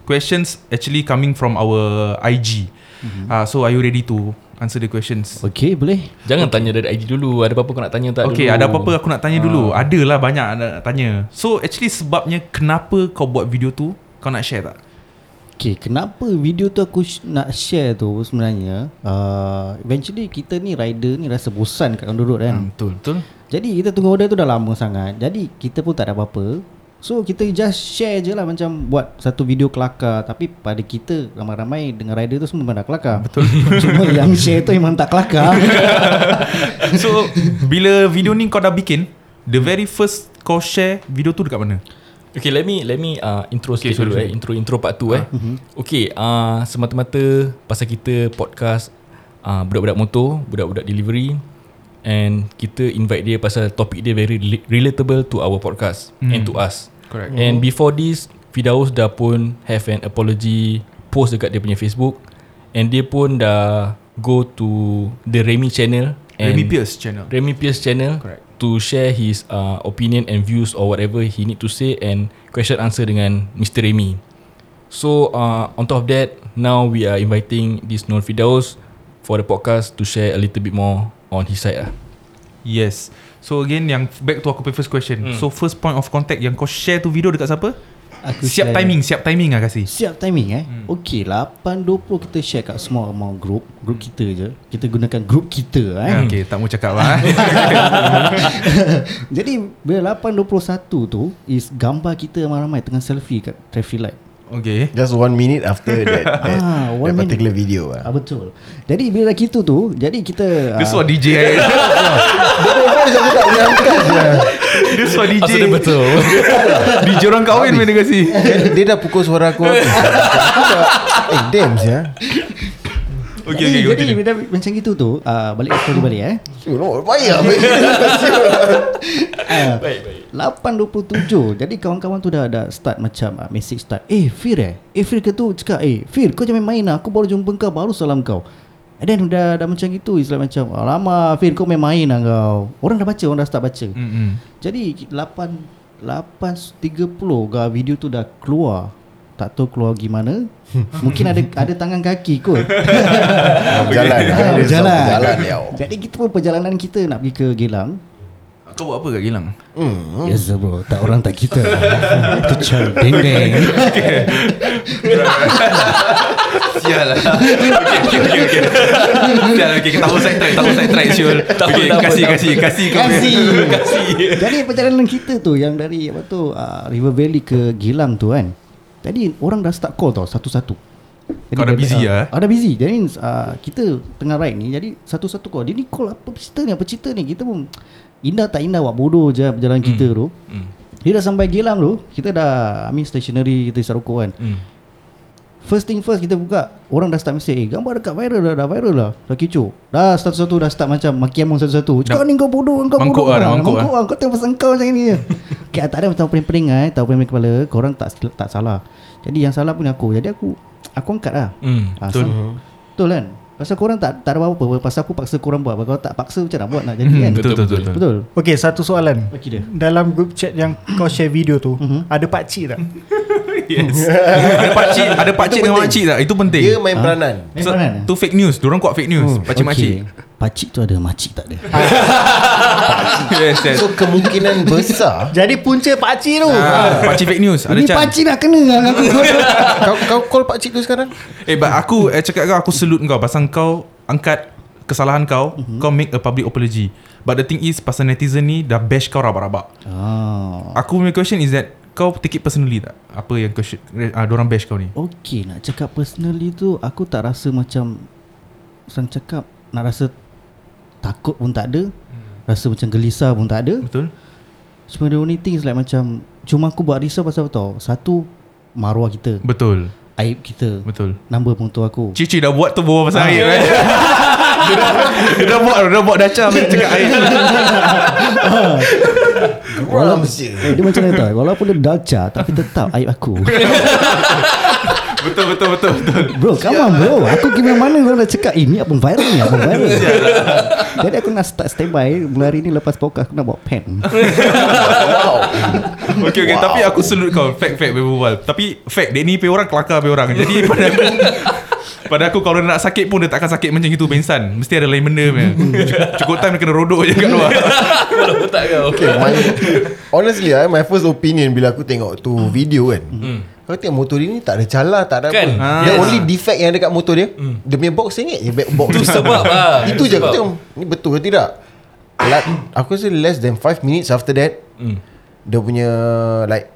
B: Questions actually coming from our IG mm-hmm. uh, So are you ready to Answer the questions
G: Okay, boleh.
C: Jangan tanya dari IG dulu Ada apa-apa kau nak tanya tak
B: Okay
C: dulu
B: ada apa-apa aku nak tanya dulu Adalah banyak nak tanya So actually sebabnya Kenapa kau buat video tu Kau nak share tak?
G: Okay, kenapa video tu aku sh- nak share tu sebenarnya uh, Eventually kita ni rider ni rasa bosan kat on the road kan
B: Betul Betul
G: Jadi kita tunggu order tu dah lama sangat Jadi kita pun tak ada apa-apa So kita just share je lah macam buat satu video kelakar Tapi pada kita ramai-ramai dengan rider tu semua memang dah kelakar Betul Cuma yang share tu memang tak kelakar
B: So Bila video ni kau dah bikin The very first Kau share Video tu dekat mana
C: Okay, let me let me uh, intro
B: Okay,
C: sikit
B: sorry,
C: dulu
B: sorry.
C: eh. Intro intro part 2 eh.
B: Ah, mhm.
C: Okay, uh, semata-mata pasal kita podcast uh, budak-budak motor, budak-budak delivery and kita invite dia pasal topik dia very rela- relatable to our podcast and to us.
B: Hmm. Correct.
C: And before this, Fidaus dah pun have an apology post dekat dia punya Facebook and dia pun dah go to the Remy channel and
B: Remy Pierce channel
C: Remy Pierce channel
B: Correct.
C: to share his uh, opinion and views or whatever he need to say and question answer dengan Mr. Remy. So uh, on top of that, now we are inviting this Nur Fidaus for the podcast to share a little bit more on his side lah.
B: Yes So again yang Back to aku punya first question So first point of contact Yang kau share tu video Dekat siapa?
G: Aku
B: siap
G: share-
B: timing Siap timing lah kasih
G: Siap timing eh hmm. Okay 8.20 kita share kat small amount group Group kita je Kita gunakan group kita eh
B: Eh, Okay tak mau cakap lah eh.
G: Jadi bila 8.21 tu Is gambar kita ramai-ramai tengah selfie kat traffic light
B: Okay
D: Just one minute after that That, that
G: Ah, one minute.
D: particular video
G: Ah
D: lah
G: betul. Jadi bila gitu tu, jadi kita
B: Dia
G: ah,
B: suar DJ eh. Dia suar DJ
C: Asal dia betul.
B: DJ orang kahwin main dia kasi
D: dia, dia dah pukul suara aku habis. Aku dah, Eh damn ya
B: Okay okay
G: jadi, jadi
B: continue
G: bila, macam gitu tu, ah, balik story balik eh.
D: You know Payah habis.
G: Ah, 8.27 Jadi kawan-kawan tu dah, dah start macam uh, Message start Eh Fir eh Eh Fir ke tu cakap Eh Fir kau jangan main lah Aku baru jumpa kau Baru salam kau And then dah, dah macam gitu It's like macam Alamak Fir kau main-main lah kau Orang dah baca Orang dah start baca mm.
B: Mm-mm.
G: Jadi 8 8.30 kah video tu dah keluar Tak tahu keluar gimana Mungkin ada ada tangan kaki kot
D: Jalan
G: Ah,
D: Jalan
G: berjalan.
D: Jalan ya
G: Jadi kita pun perjalanan kita nak pergi ke Gelang
B: Kau buat apa kat Gilang?
G: Yes Ya, bro Tak orang tak kita lah. Itu cara Deng deng
B: Sial lah Okay okay okay, okay. Sial okay Kita tahu side track Tahu side track Syul Okay kasih kasih Kasih kau punya-
G: Kasih.
B: Kasih
G: Jadi perjalanan kita tu Yang dari apa tu uh, River Valley ke Gilang tu kan Tadi orang dah start call tau Satu-satu
B: Kau dah busy ya, eh?
G: ah, ah, Dah busy ah, Jadi uh, kita tengah ride ni Jadi satu-satu call Dia ni call apa cerita ni Apa cerita ni Kita pun Indah tak indah Buat bodoh je Perjalanan mm. kita tu
B: Hmm.
G: Dia dah sampai Geylang tu Kita dah I mean stationary Kita isap rokok kan
B: Hmm.
G: First thing first kita buka Orang dah start message Eh gambar dekat viral lah Dah viral lah Dah kecoh Dah satu-satu dah start macam Maki among satu-satu Kau
B: Dah-
G: ni kau bodoh Kau
B: Mangkuk
G: bodoh
B: lah, dah mangkuk
G: mangkuk lah. Kau tengok pasal kau macam ni je okay, ah, Tak ada tahu pening-pening lah eh. Tahu pening-pening kepala Korang tak tak salah Jadi yang salah pun aku Jadi aku Aku angkat lah
B: Hmm.
G: Ah,
B: Betul.
G: so- Betul kan Pasal korang tak tak ada apa-apa Pasal aku paksa korang buat Kalau tak paksa macam nak buat nak jadi kan
B: Hmm, Betul betul betul.
G: Betul
E: Okay satu soalan
G: Bagi dia
E: Dalam group chat yang kau share video tu Ada pakcik tak?
B: ada pakcik, ada pakcik
D: Itu
B: dengan
D: penting.
B: makcik tak? Itu penting.
D: Dia main peranan
G: Main
B: So,
G: peranan eh?
B: tu fake news. Diorang kuat fake news. Pakcik-makcik.
G: okay. Pakcik tu ada Makcik tak ada
B: Yes, yes.
D: So kemungkinan besar
E: Jadi punca pakcik tu
B: Ah, pakcik fake news. Ada
G: Ni
B: chance.
G: pakcik nak kena lah. dengan aku
D: kau, kau call pakcik tu sekarang
B: Eh but aku eh, cakap kau aku salute kau pasal kau angkat kesalahan kau, mm-hmm. kau make a public apology. But the thing is pasal netizen ni dah bash kau rabak-rabak.
G: ah,
B: Aku punya question is that kau take it personally tak? Apa yang kau uh, orang bash kau ni?
G: Okay nak cakap personally tu Aku tak rasa macam Sang cakap Nak rasa Takut pun tak ada Rasa macam gelisah pun tak ada
B: Hmm. Betul?
G: Cuma the only thing is like macam Cuma aku buat risau pasal apa tau Satu Maruah kita
B: Betul.
G: Aib kita
B: Betul.
G: Nombor motor aku
B: Cici dah buat tu bawa pasal air kan? dia, dah, dia dah buat Dia dah buat daca Dia cakap air
G: Walau, eh, dia macam mana tau Walaupun dia daca Tapi tetap aib aku
B: Betul betul betul betul
G: Bro come on bro Aku gimana mana Orang dah cakap Eh ni apa viral ni Apa viral ni Jadi aku nak start standby Mula hari ni lepas podcast Aku nak bawa pen
B: Okay okay wow. Tapi aku salute kau Fact fact berbual Tapi fact Dia ni pe orang Kelakar pe orang Jadi pada aku Pada aku kalau dia nak sakit pun Dia takkan sakit macam itu Bensan Mesti ada lain benda punya. Cukup- Cukup time dia kena rodok je kat luar
C: Kalau tak kau
D: Okay my, Honestly I, My first opinion Bila aku tengok tu
B: Hmm.
D: video kan Kau tengok motor dia ni Tak ada celah Tak ada
C: Kan?
B: Ah.
D: apa The only defect yang ada kat motor dia
B: Hmm.
D: Dia punya box sengit je back box
C: Itu sebab
B: ah,
C: lah
D: Itu je aku tengok Ni betul ke tidak La- Aku rasa less than 5 minutes after that
B: Hmm.
D: Dia punya Like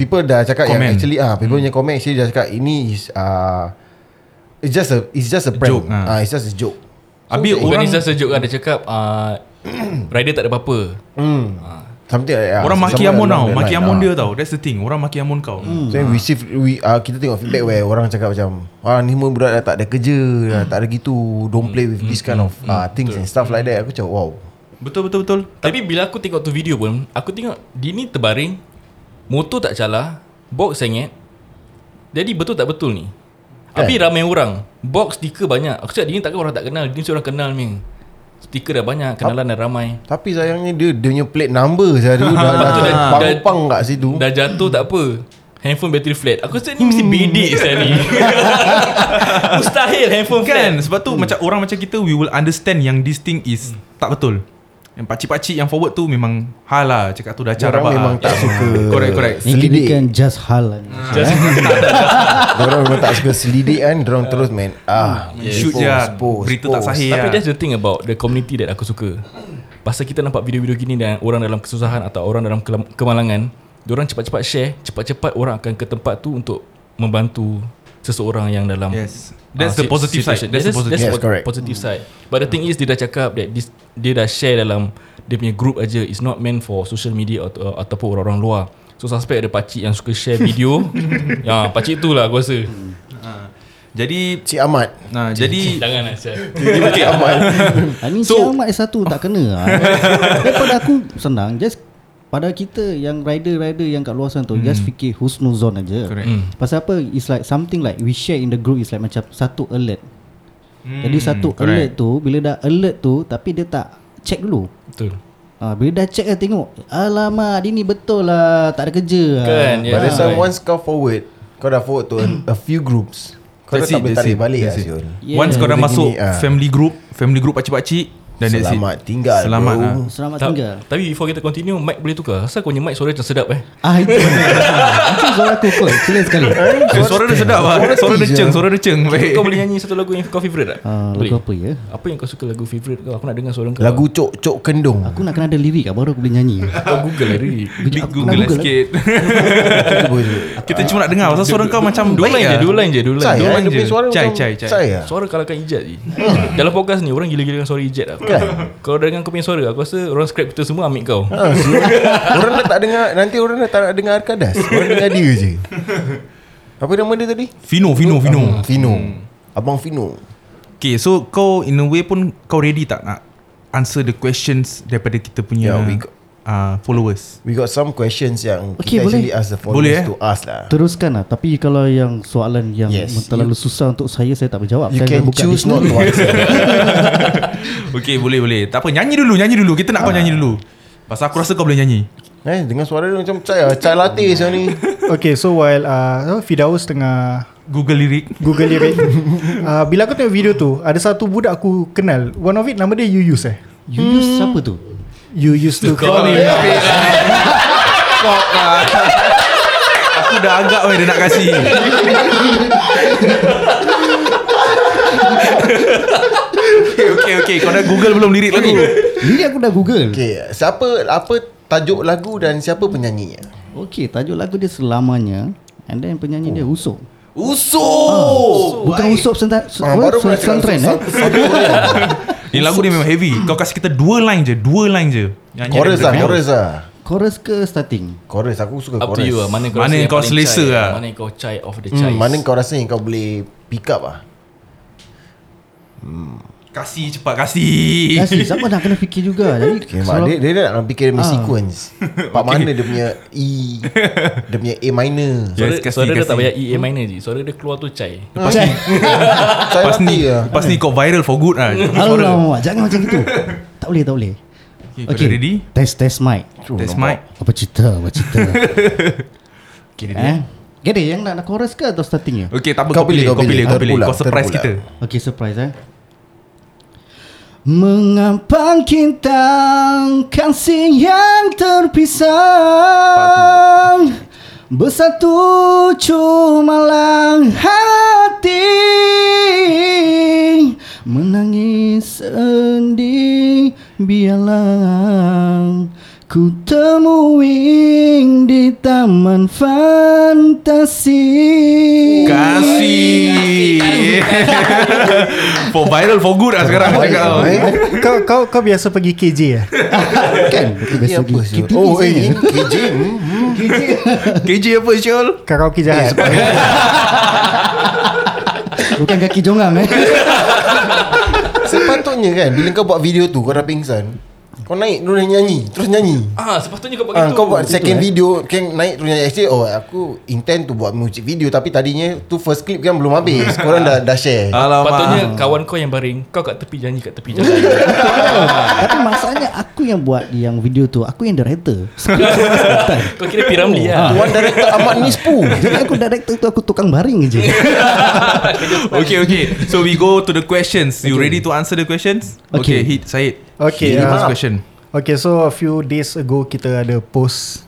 D: People dah cakap
B: Comment. Hmm.
D: yang actually ah people punya comment actually dah cakap ini is ah it's just a it's just a prank.
B: Joke, ah.
D: Ah it's just a joke.
B: Habis
C: Bukan
B: orang
C: Nisa sejuk kan Dia cakap uh, Rider tak ada apa-apa
D: Something like, ah,
B: Orang maki
D: somewhere
B: Amon tau
D: along the
B: Maki
D: line,
B: Amon
D: ah. Hmm.
B: dia tau That's the thing Orang maki Amon kau
D: So we receive we, uh, Kita tengok feedback Where orang cakap macam ah, Ni semua budak dah tak ada kerja dah Tak ada gitu Don't play with this kind of
B: Mm,
D: uh, Things and stuff like that Aku cakap wow
B: Betul betul betul
C: Tapi bila aku tengok tu video pun Aku tengok Dia ni terbaring Motor tak calar Box sengit Jadi betul tak betul ni Tapi ramai orang Box stiker banyak Aku cakap dia ni takkan orang tak kenal Dia ni seorang kenal ni Stiker dah banyak Kenalan dah ramai
D: Tapi sayangnya dia Dia punya plate number saya dulu Dah, dah,
C: Betul,
D: dah
C: dah-
D: pang-pang kat situ
C: Dah jatuh tak apa Handphone battery flat Aku cakap ni mesti bedek saya ni Mustahil handphone flat
B: Kan sebab tu macam orang macam kita we will understand yang this thing is tak betul. Yang pakcik-pakcik yang forward tu memang hal lah cakap tu dah cara
D: Orang memang tak suka
B: Correct correct.
G: Ini
D: Selidik
G: kan just hal
B: Ah.
G: lah.
D: Orang memang tak suka selidik kan Orang terus main ah,
B: Mm, Shoot je
D: expose,
B: lah.
D: expose,
B: Berita tak
D: expose.
B: sahih
C: Tapi
B: lah
C: that's the thing about the community that aku suka. Pasal kita nampak video-video gini dan orang dalam kesusahan atau orang dalam kelam- kemalangan, orang cepat-cepat share, cepat-cepat orang akan ke tempat tu untuk membantu seseorang yang dalam
B: Yes. That's
C: ah,
B: the
C: si-
B: positive side.
C: situation.
B: That's the positive
D: Yes,
C: po-
D: correct.
C: positive side. But the thing is dia dah cakap that this, dia dah share dalam dia punya group aja. It's not meant for social media atau, uh, ataupun orang-orang luar. So suspect ada pakcik yang suka share video. ya, pakcik tu lah aku rasa.
B: Hmm. Jadi
D: Cik Ahmad
B: nah jadi
C: Jangan lah share.
B: Ya,
D: Cik Ahmad
G: I mean
B: So-
G: so, Ahmad S1 tak kena lah. Daripada aku senang Just pada kita yang rider-rider yang kat luar sana tu Just fikir husnuzon aja
B: Hmm. Correct.
C: Hmm.
G: Pasal apa It's like something like We share in the group It's like macam satu alert Jadi
B: Hmm,
G: satu
B: correct.
G: alert tu Bila dah alert tu Tapi dia tak check dulu
C: Betul.
G: Ha, bila dah check lah tengok Alamak dia ni betul lah Tak ada kerja lah.
C: Kan,
B: ya.
D: By
C: yeah.
D: the time once kau forward Kau dah forward to a, a few groups Kau dah
B: That's it,
D: tak boleh
B: that's
D: tarik
B: it,
D: balik lah
B: that's it.
D: Syul
G: Yeah.
B: once kau dah
D: Benda
B: masuk
D: gini, ah.
B: family group, family group pakcik-pakcik dan that's it.
D: Selamat tinggal
B: Selamat
D: bro.
B: ah.
G: Selamat
C: Ta-
G: tinggal
C: Tapi before kita continue Mic boleh tukar Asal kau punya mic suara macam sedap eh
G: Ah itu Itu suara aku kot Sila sekali
B: Eh, suara dia sedap ah. Suara dia ceng, suara dia ceng.
D: Eh.
B: Baik.
C: Kau boleh nyanyi satu lagu yang kau favourite tak?
G: Ah, Lagu apa ya
C: Apa yang kau suka lagu favourite kau? Aku nak dengar suara kau
D: Lagu Cok Cok Kendung
G: Aku nak kena ada lirik lah Baru aku boleh nyanyi
C: Kau
B: Oh,
C: google lah
B: Big
C: Rik
G: Aku nak
B: Google lah
G: Google,
B: sikit. Kita cuma nak dengar pasal suara kau macam
C: Dua line je Dua line je Dua line
D: Saya
B: Dorang
D: Dia punya
B: je.
D: suara
B: Cai,
D: macam
B: cai, cai.
D: Saya
C: Suara kalahkan ijat je Dalam podcast ni Orang gila-gila dengan suara ijat aku
D: Kan
C: Kau dengar kau punya suara Aku rasa orang scrap kita semua ambil kau
D: ha, so, Orang dah tak dengar Nanti orang dah tak nak dengar Arkadas Orang dengar dia je Apa nama dia tadi?
B: Fino, Fino, Fino.
D: Abang Fino
C: Hmm.
D: Abang Fino
B: Okay, so kau in a way pun kau ready tak nak answer the questions daripada kita punya
D: Yeah, Ya, we got-
B: uh, followers?
D: We got some questions yang okay, Kita
G: Okay, boleh.
D: actually ask the followers
B: Boleh, eh?
D: To us lah
G: Teruskan lah Tapi kalau yang soalan yang
D: Yes.
G: terlalu susah untuk saya Saya tak berjawab
D: You
G: saya
D: can
G: buka
D: choose not to
G: dictionary.
D: answer
B: Okay, boleh, boleh. Tak apa, nyanyi dulu, nyanyi dulu. Kita nak
D: Ah.
B: kau nyanyi dulu. Pasal aku rasa kau boleh nyanyi.
D: Eh, dengan suara dia macam Chai, chai latte siang ni
E: Okay so while uh, Fidaus tengah
B: Google lirik.
E: Google lirik uh, Bila aku tengok video tu Ada satu budak aku kenal One of it nama dia Yuyus eh
G: You use siapa tu?
E: You used to call me
B: Fuck lah. Aku dah agak weh dia nak kasih. okay, okay, okay. Kau dah Google belum lirik lagu?
G: Lirik aku dah google Okay,
D: Okay Siapa Apa tajuk lagu Dan siapa penyanyinya
G: okay tajuk lagu dia selamanya And then penyanyi
D: Oh.
G: dia Usop
B: Usop!
G: Bukan Usop sentan,
D: Ah,
G: ah,
D: pula
G: Surat
D: cakap
G: Selantren eh
D: sub- sub-
B: Ni lagu dia memang heavy. Kau kasih kita dua line je, dua line je. Nyanyi
D: Chorus lah
B: daripada
D: Chorus lah
G: Chorus ke starting?
D: Chorus aku suka
C: Up
D: chorus
C: to you lah Mana kau,
B: Mana
C: rasa yang
B: kau
C: paling
B: selesa
C: chai,
B: lah.
C: Mana yang kau chai of the chai
D: hmm, Mana kau rasa yang kau boleh Pick up lah
B: Kasih cepat kasih.
G: Kasih siapa nak kena fikir juga Jadi
D: Okay, mak,
G: kalau-
D: dia, dia nak fikir dia punya
G: Ah.
D: sequence Part mana dia punya E Dia punya A minor
G: Ya,
C: Suara,
B: Yes, kasi,
C: suara dia
B: kasi.
C: tak payah E A minor je Suara dia keluar tu chai
D: Lepas ni
B: Lepas
D: Lepas
B: ni,
G: Kan?
B: lepas ni kau viral for good lah.
G: Alamak Jangan macam itu Tak boleh tak boleh
B: Okay, kau dah ready?
G: Test test mic
B: Test mic.
G: Apa cerita Apa cerita
B: Okay, ready?
G: eh? Gede yang nak, nak chorus ke Atau starting je
B: Okay, tak apa
D: Kau
B: kau pilih,
D: pilih,
B: kau
D: kau
B: pilih,
D: pilih.
B: kau pilih. Kau
D: Terpulang,
B: surprise kita.
D: terpulang.
G: Okay surprise eh Mengapa kita kasih yang terpisah Bersatu cumalah hati Menangis sedih biarlah Ku temui di taman fantasi
B: Kasih. for viral for good lah sekarang aku cakap. tau.
E: eh? kau, kau, kau biasa pergi KJ eh
G: Kan
D: Ini
G: Biasa
D: apa
G: pergi
D: sih?
G: KTV
D: Oh,
G: saya.
D: eh, KJ. Hmm.
B: KJ apa Syul?
E: Karaoke jahat
G: Bukan kaki jongang eh
D: Sepatutnya kan Bila kau buat video tu Kau dah pingsan Kau naik Terus nyanyi Terus nyanyi
C: Ah, sepatutnya kau buat
D: Ah,
C: gitu
D: kau buat second
G: eh.
D: video kan naik terus nyanyi actually oh aku intent to buat music video tapi tadinya tu first clip kan belum habis korang dah dah share
G: Ah.
B: Alamak.
C: Patutnya
D: Ah.
C: kawan kau yang baring Kau kat tepi janji kat tepi jalan
G: Tapi masalahnya Aku yang buat Yang video tu Aku yang director Skrip semua sebentar.
C: Kau kira piramli lah
D: Tuan Director Ahmad Nispu
G: Jadi aku director tu Aku tukang baring je
B: Okay, okay. So we go to the questions. You ready to answer the questions? Okay, uh,
G: Okay.
B: hit Syed.
E: Okay,
B: Hit the
E: ah.
B: first question.
E: Okay so a few days ago Kita ada post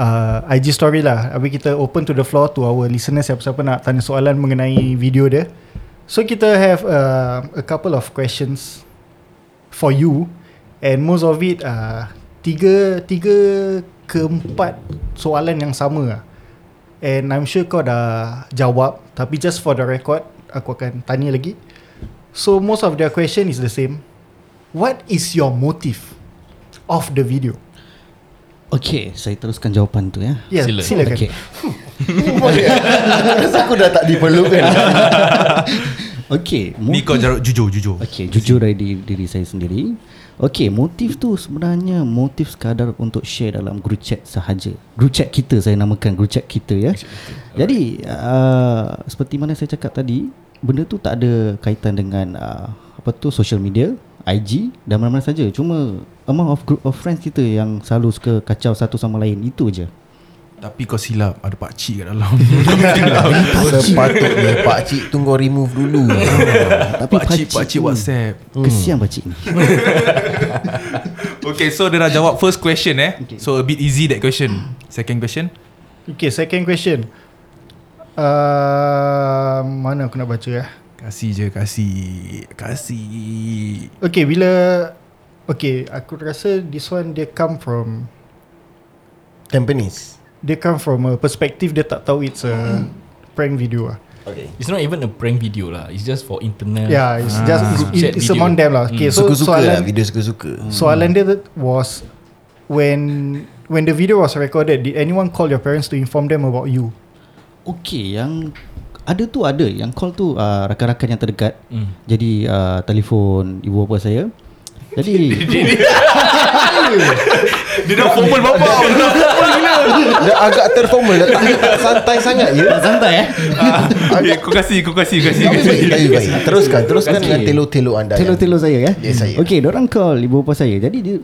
E: uh, IG story lah Habis kita open to the floor To our listeners Siapa-siapa nak tanya soalan Mengenai video dia So kita have uh, A couple of questions For you And most of it uh, Tiga Tiga ke empat Soalan yang sama lah And I'm sure kau dah Jawab Tapi just for the record Aku akan tanya lagi So most of their question is the same What is your motive of the video?
G: Okay Saya teruskan jawapan tu ya
E: Yeah,
C: Sila.
E: Sila. silakan.
G: Okay
D: Rasa aku dah tak diperlukan
G: Okay
B: Ni kau
G: motif-
B: jarut jujur, jujur.
G: Okay jujur dari diri, diri saya sendiri Okay motif tu sebenarnya Motif sekadar untuk share dalam group chat sahaja Group chat kita saya namakan Group chat kita ya Jadi uh, Seperti mana saya cakap tadi Benda tu tak ada kaitan dengan uh, Apa tu social media IG dan mana-mana saja Cuma Amount of group of friends kita Yang selalu suka kacau satu sama lain Itu je
B: Tapi kau silap ada pakcik kat dalam.
D: Sepatutnya Pak Cik tu kau remove dulu
G: Tapi
B: pakcik, pakcik
G: pakcik ni,
B: WhatsApp.
G: Kesian pakcik ni
B: Okay, so dia dah jawab first question eh. So a bit easy that question. Second question.
E: Okay, second question. Uh, mana aku nak baca ya?
B: Kasih je, kasih. Kasih.
E: Okay, bila Okay, aku rasa this one dia come from
D: Tampines
E: dia come from a perspective dia tak tahu it's a prank video ah.
D: Okay.
C: It's not even a prank video lah. It's just for internal.
E: Yeah, it's just
C: Group
E: it's,
C: chat
E: it's
C: video.
E: among them lah. Okay, so
D: Suka-suka lah
E: soalan
D: Video suka-suka
E: soalan dia tu was when when the video was recorded, did anyone call your parents to inform them about you?
G: Okey, yang ada tu ada. Yang call tu uh, rakan-rakan yang terdekat.
C: Mm.
G: Jadi uh, telefon ibu bapa saya. Jadi
B: Dia dah formal bapa
D: Dah agak terformal Dah tak, tak santai sangat ya
G: santai eh.
B: Eh, Kau kasih Kau kasih Kau kasih kau
D: Tapi baik,
B: kasih.
D: baik, baik. Teruskan Teruskan dengan telo-telo anda yang-
G: Telo-telo saya ya.
D: Ya, saya.
G: Okey, orang call ibu bapa saya. Jadi dia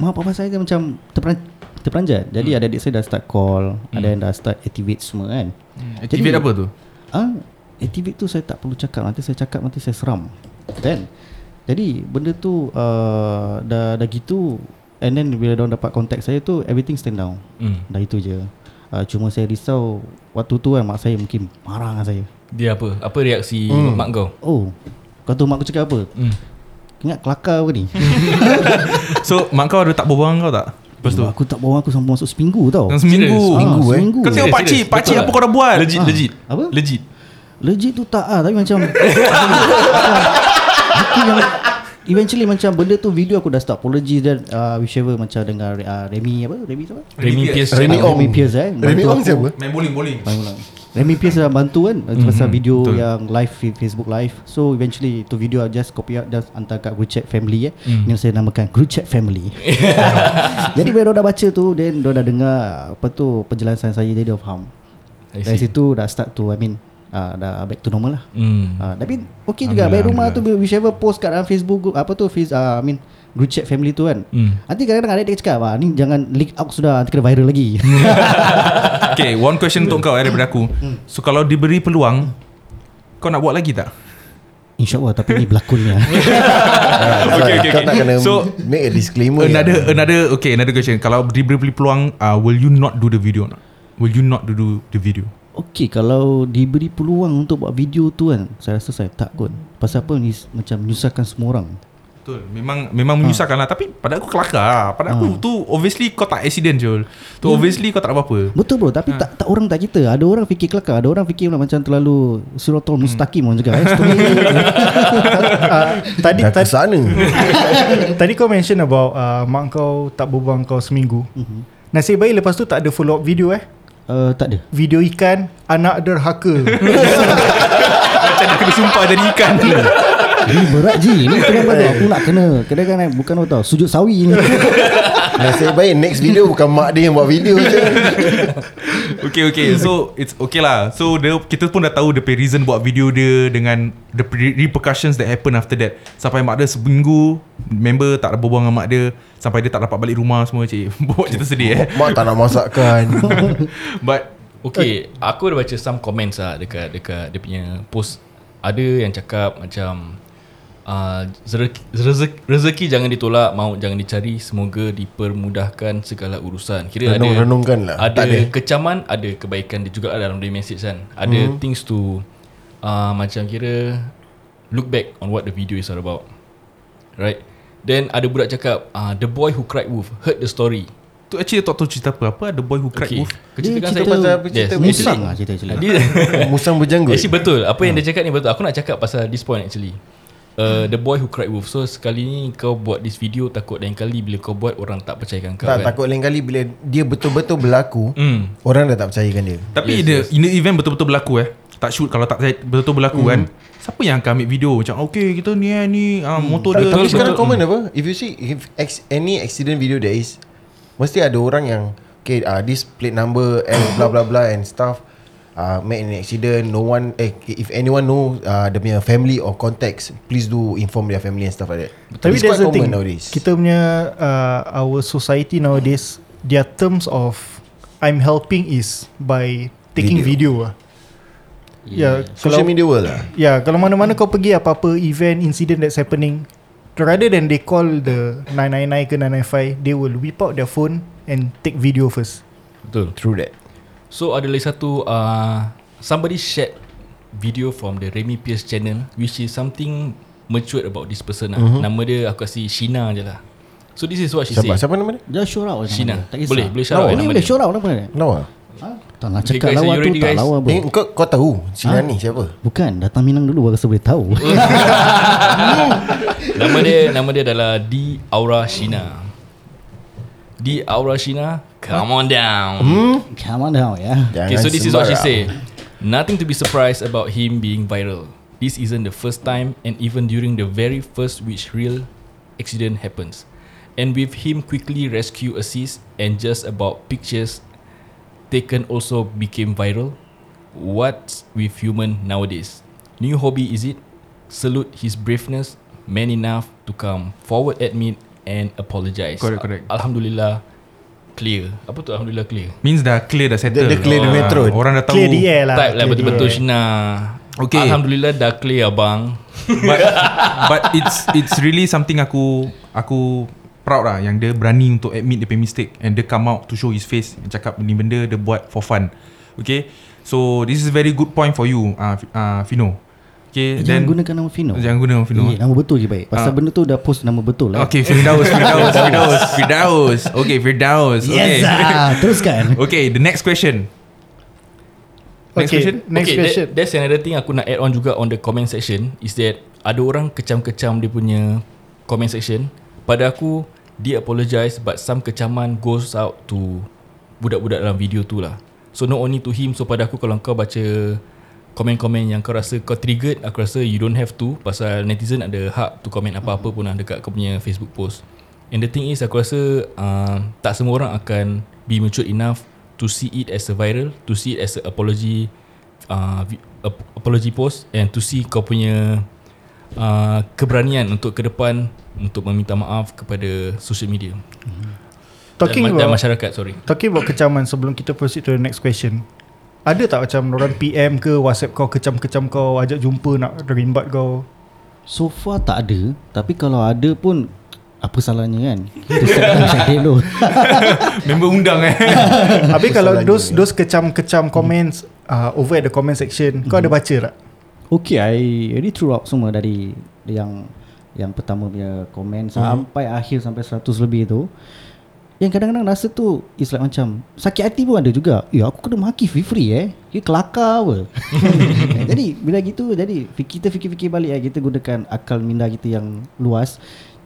G: mak bapa saya dia macam terperan, terperanjat. Jadi ada adik saya dah start call, ada yang dah start activate semua kan.
B: Activate
G: Jadi-
B: apa tu
G: Ah, activate tu saya tak perlu cakap. Nanti saya cakap nanti saya seram. Kan? Jadi benda tu uh, dah dah gitu and then bila dia dapat contact saya tu everything stand down.
B: Hmm.
C: Mm.
G: Dah itu je. Uh, cuma saya risau waktu tu kan mak saya mungkin marah dengan saya.
C: Dia apa? Apa reaksi
E: Hmm.
C: mm. mak kau?
G: Oh, kau tahu mak aku cakap apa?
B: Hmm.
C: Mm.
G: Ingat kelakar apa ni?
B: So mak kau ada tak berbual dengan kau tak Lepas tu
G: Ibu Aku tak bawa aku sampai masuk seminggu tau.
B: Dalam seminggu
C: Serious?
B: Seminggu.
G: ah,
D: eh?
G: seminggu.
B: Kau tengok
C: Serious,
B: pakcik
C: serious.
B: Pakcik
C: Betul
B: apa
C: tak?
B: kau dah buat Ha. Legit
G: Ah.
B: legit
G: Apa?
B: Legit
G: Legit tu tak ah, tapi macam aku yang eventually macam benda tu video aku dah start apology dan uh, whichever macam dengan uh, Remy apa? Remy siapa?
C: Remy Pierce.
D: Remy
G: Ah,
D: Ong
G: Remy Pierce, eh.
D: Remy
G: Bantu
D: Ong
G: aku.
D: siapa?
B: Main bowling bowling
G: Main
C: lah.
G: ulang. Remy Pierce dah bantu kan
C: Mhm.
G: mm-hmm, pasal video betul. yang live di Facebook live. So eventually tu video I just copy out just hantar kat group chat family eh.
C: Mhm.
G: Mm. Yang saya namakan group chat family. Jadi bila dia dah baca tu then dia dah dengar apa tu penjelasan saya jadi dia faham.
C: I
G: Dari
C: see.
G: situ dah start to I mean uh, dah back to normal lah.
C: Mm.
G: Uh, tapi okey juga Baik rumah tu Whichever post kat dalam Facebook group, Apa tu face, uh, I mean Group chat family tu kan
C: Hmm.
G: Nanti kadang-kadang ada dia cakap ah, Ni jangan leak out sudah Nanti kena viral lagi
C: Hmm.
B: Okay one question untuk kau eh, Daripada aku So kalau diberi peluang Kau nak buat lagi tak
G: InsyaAllah Tapi ni berlakonnya
B: Okay, okay,
D: Ah, Kau
B: okay.
D: tak kena
B: So,
D: Make a disclaimer
B: Another Another Okay another question Kalau diberi peluang uh, Will you not do the video or not Will you not do, do the video
G: Okey kalau diberi peluang untuk buat video tu kan Saya rasa saya tak kot Pasal apa ni macam menyusahkan semua orang
B: Betul. Memang memang menyusahkan lah tapi pada aku kelakar. lah. Pada aku tu obviously kau tak accident Jul. Tu obviously kau tak ada apa-apa.
G: Betul bro
C: Ha.
G: tapi tak, tak orang tak kita Ada orang fikir kelakar Ada orang fikir pula macam terlalu Sirotol mustaqim orang cakap eh.
E: Ah, tadi
D: Dah ke
E: tadi,
D: sana
E: tadi kau mention about uh, mak kau tak berbual dengan kau seminggu.
D: Mhm.
E: Nasib baik lepas tu tak ada follow up video eh.
G: uh, Tak ada
E: Video ikan anak derhaka.
B: Macam dia kena sumpah jadi ikan.
G: Ini berat je Ini kena apa
C: Eh.
G: tau? Aku nak kena Kena kan eh, bukan apa tau Sujud sawi ni
D: Nasib baik next video Bukan mak dia yang buat video je
B: okay okay. So it's okay lah. So dia kita pun dah tahu the reason buat video dia dengan the pre- repercussions that happen after that. Sampai mak dia seminggu member tak ada berbual dengan mak dia sampai dia tak dapat balik rumah semua cik. Buat cerita sedih eh.
D: Mak tak nak masakkan
B: But
C: Okay, aku ada baca some comments lah dekat dekat dia punya post. Ada yang cakap macam uh, rezeki, rezeki, rezeki jangan ditolak, maut jangan dicari, semoga dipermudahkan segala urusan. Kira ada
D: Renung-renungkan lah.
C: Ada,
D: Tak ada.
C: kecaman, ada kebaikan dia juga lah dalam dia message kan. Ada hmm. things to uh, macam kira look back on what the video is all about. Right? Then ada budak cakap uh, the boy who cried wolf heard the story.
B: tu actually tak tahu cerita apa apa the boy who cried
C: Okay.
B: wolf.
C: Kau ceritakan
G: cerita
C: saya.
G: pasal
D: apa cerita
C: Yes.
G: Musang lah cerita actually
C: Dia,
D: Musang berjanggut
C: Actually betul Apa yang dia cakap ni betul Aku nak cakap pasal this point actually uh, The boy who cried wolf So sekali ni kau buat this video Takut lain kali Bila kau buat orang tak percayakan kau
D: Tak
C: kan
D: takut lain kali Bila dia betul-betul berlaku
C: Hmm.
D: Orang dah tak percayakan dia
B: Tapi yes, the, yes. in the event betul-betul berlaku eh Tak shoot kalau tak betul-betul berlaku mm. kan
D: Mm-hmm.
B: Siapa yang akan ambil video Macam okay kita ni eh, ni ah, Motor dia Tapi
D: Tapi sekarang common apa If you see if ex, Any accident video there is Mesti ada orang yang Okay uh, This plate number And blah blah blah And stuff uh, Made an accident No one eh, If anyone know uh, Dia punya family or contacts Please do inform their family And stuff like that
E: Tapi
D: It's
E: there's
D: quite
E: a thing
D: common nowadays
E: Kita punya uh, Our society nowadays Their terms of I'm helping is By Taking video, video lah. Yeah, yeah
D: Social
E: kalau,
D: media world lah
E: Yeah Kalau mana-mana kau pergi Apa-apa event Incident that's happening Rather than they call the 999 ke 995 They will whip out their phone And take video first
C: Betul
D: True that
C: So ada lagi satu uh, Somebody shared Video from the Remy Pierce channel Which is something Matured about this person lah mm-hmm. Nama dia aku kasi Shina je lah So this is what she
D: Siapa,
C: said
D: siapa nama dia?
G: Dia shout out
C: Shina
G: Tak kisah
C: Boleh boleh shout out
G: Ini
C: nama
G: boleh
C: dia
G: shout out apa ni
D: Nawa
G: Tak Ha? nak
C: Okay,
G: cakap
C: guys,
G: lawa
C: are you
G: tu
C: ready,
G: tak
C: guys?
G: lawa bro
D: Eh, kau, kau tahu
C: Ha?
D: Sinan ni siapa?
G: Bukan datang Minang dulu baru rasa boleh tahu
C: Nama dia nama dia adalah Di Aura Shina. Di Aura Shina, come on down.
G: Come on now ya
C: Okay, so this is what she
D: sembarang.
C: said. Nothing to be surprised about him being viral. This isn't the first time, and even during the very first which real accident happens. And with him quickly rescue assist and just about pictures taken also became viral. What's with human nowadays? New hobby is it? Salute his braveness, man enough to come forward admit and apologize.
B: Correct, correct.
C: Alhamdulillah clear. Apa tu Alhamdulillah clear?
B: Means dah clear dah settle.
D: Dia- dia clear the
B: Ah,
D: metro.
B: Orang dah tahu.
E: Clear the air lah
C: Type lah
E: clear the
C: betul-betul
E: air.
C: Shina
B: Okay.
C: Alhamdulillah dah clear abang
B: But, but it's it's really something aku aku proud lah yang dia berani untuk admit dia punya mistake and dia come out to show his face and cakap ni benda dia buat for fun. Okay. So this is very good point for you ah uh, uh, Fino. Okay,
G: Jangan
B: then
G: gunakan nama Fino
B: jangan guna Fino.
G: Eh, nama betul je baik
B: lah. Ah.
G: Pasal benda tu dah post nama betul lah
B: Okay, Firdaus, Firdaus, Firdaus, Firdaus. Okay, Firdaus. Okay.
G: Yes ah, Teruskan
B: okay, the next question. Next
E: okay,
B: question?
E: Next
C: okay,
E: question
C: that, That's another thing Aku nak add on juga On the comment section Is that Ada orang kecam-kecam Dia punya Comment section Pada aku Dia apologise But some kecaman Goes out to Budak-budak dalam video tu lah So not only to him So pada aku Kalau kau baca Komen-komen yang kau rasa Kau triggered Aku rasa you don't have to Pasal netizen ada hak To komen apa-apa pun lah Dekat kau punya Facebook post And the thing is Aku rasa uh, Tak semua orang akan Be mature enough To see it as a viral To see it as a apology uh, vi- ap- apology post and to see kau punya uh, keberanian untuk ke depan untuk meminta maaf kepada social media
E: Talking
C: dan, ma- dan
E: about
C: masyarakat sorry.
E: Talking about kecaman Sebelum kita proceed to the next question Ada tak macam orang PM ke Whatsapp kau Kecam-kecam kau Ajak jumpa nak rimbat kau
G: So far tak ada Tapi kalau ada pun Apa salahnya kan Kita start dengan Syakir dulu
B: Member undang eh.
E: Habis kalau
D: Salahnya.
E: dos dos kecam-kecam comments uh, Over at the comment section Kau ada baca tak?
G: Okay I already threw out semua dari Yang Yang pertama punya komen Sampai akhir Sampai 100 lebih tu Yang kadang-kadang rasa tu It's like macam Sakit hati pun ada juga Eh aku kena maki free-free eh Dia kelakar apa Jadi bila gitu Jadi fik- kita fikir-fikir balik eh, Kita gunakan akal minda kita yang luas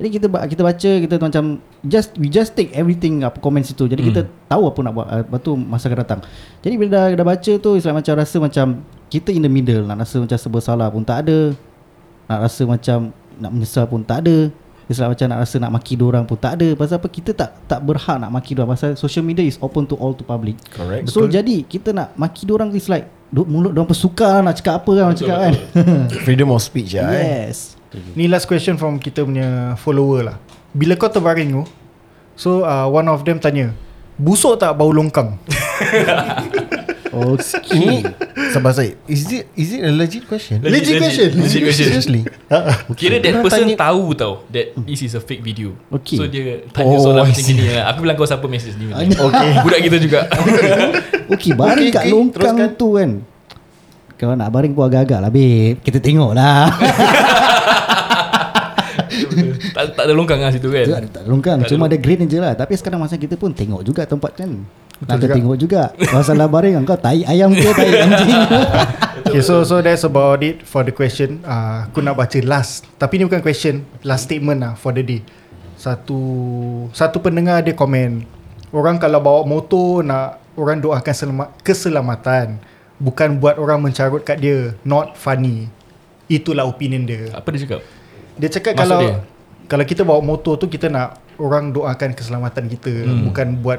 G: jadi kita ba- kita baca kita tu macam just we just take everything apa komen situ. Jadi kita tahu apa nak buat uh, lepas tu masa akan datang. Jadi bila dah, dah baca tu it's like macam rasa macam kita in the middle nak rasa macam serba salah pun tak ada. Nak rasa macam nak menyesal pun tak ada. It's like macam nak rasa nak maki orang pun tak ada. Pasal apa kita tak tak berhak nak maki orang pasal social media is open to all to public.
D: Correct.
G: So betul. jadi kita nak maki orang is like du- mulut orang pesuka nak cakap apa kan nak cakap kan.
D: Freedom of speech lah eh.
G: yes.
E: Ni last question from kita punya follower lah Bila kau terbaring tu So uh, one of them tanya Busuk tak bau longkang?
D: Ini Hmm. Sabar Said Is it is it a legit question?
C: Legit, legit. Legit question.
D: Seriously?
C: Kira that
D: Orang
C: person
D: tanya-
C: tahu tau that this is a fake video.
G: Okay.
C: So dia tanya
D: Hmm. Oh,
C: soalan
D: I
C: macam
D: see.
C: gini lah. Aku bilang kau siapa message ni.
D: Okay.
C: Budak kita juga.
G: Okey,
D: Okey,
G: baring okay, kat
D: okey,
G: longkang
D: teruskan.
G: tu kan. Kalau nak baring pun agak-agak lah, babe. Kita tengok lah.
C: tak, tak ada longkang lah situ kan.
G: tak ada longkang, cuma ada green je lah. Tapi sekarang masa kita pun tengok juga tempat kan. Nak kena tengok juga. Masalah baring kau tai ayam ke tai anjing.
E: Okay so so that's about it for the question uh, Aku nak baca last Tapi ni bukan question Last statement lah for the day Satu Satu pendengar dia komen Orang kalau bawa motor nak Orang doakan selama, keselamatan Bukan buat orang mencarut kat dia Not funny Itulah opinion dia
C: Apa dia cakap?
E: Dia cakap
C: Maksud
E: kalau
C: dia?
E: dia? kalau kita bawa motor tu kita nak orang doakan keselamatan kita hmm. bukan buat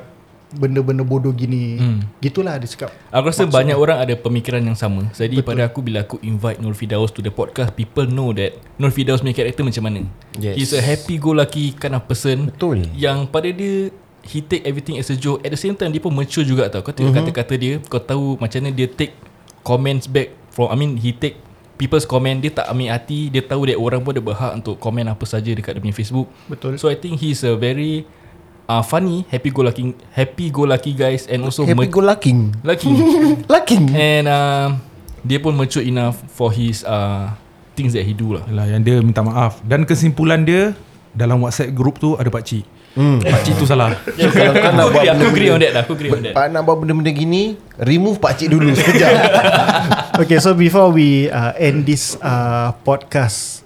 E: benda-benda bodoh gini. Hmm. Gitulah dia cakap.
C: Aku rasa Maksud banyak orang ada pemikiran yang sama. Jadi Betul. pada aku bila aku invite Nur Fidaus to the podcast, people know that Nur Fidaus punya karakter macam mana.
D: Yes.
C: He's a happy go lucky kind of person.
D: Betul.
C: Yang pada dia he take everything as a joke. At the same time dia pun mature juga tau. Kau
D: Mhm.
C: tengok kata-kata dia, kau tahu macam mana dia take comments back from I mean he take people's comment dia tak ambil hati, dia tahu that orang pun ada berhak untuk comment apa saja dekat dia punya Facebook.
E: Betul.
C: So I think he's a very uh, funny, happy go lucky happy go lucky guys and also
D: Happy
C: ma-
D: go lucking.
C: lucky.
D: Lucking.
C: And uh, dia pun mature enough for his uh, things that he do lah.
B: Yalah, yang dia minta maaf dan kesimpulan dia dalam WhatsApp group tu ada pak cik.
G: Hmm.
B: Pakcik tu salah
D: So Ya, kalau kau nak
C: Aku
D: buat
C: agree, aku agree
D: benda-benda
C: on that lah, Aku agree on that
D: Pak nak buat benda-benda gini Remove pakcik dulu sekejap
E: Okay, so before we uh, end this uh, podcast,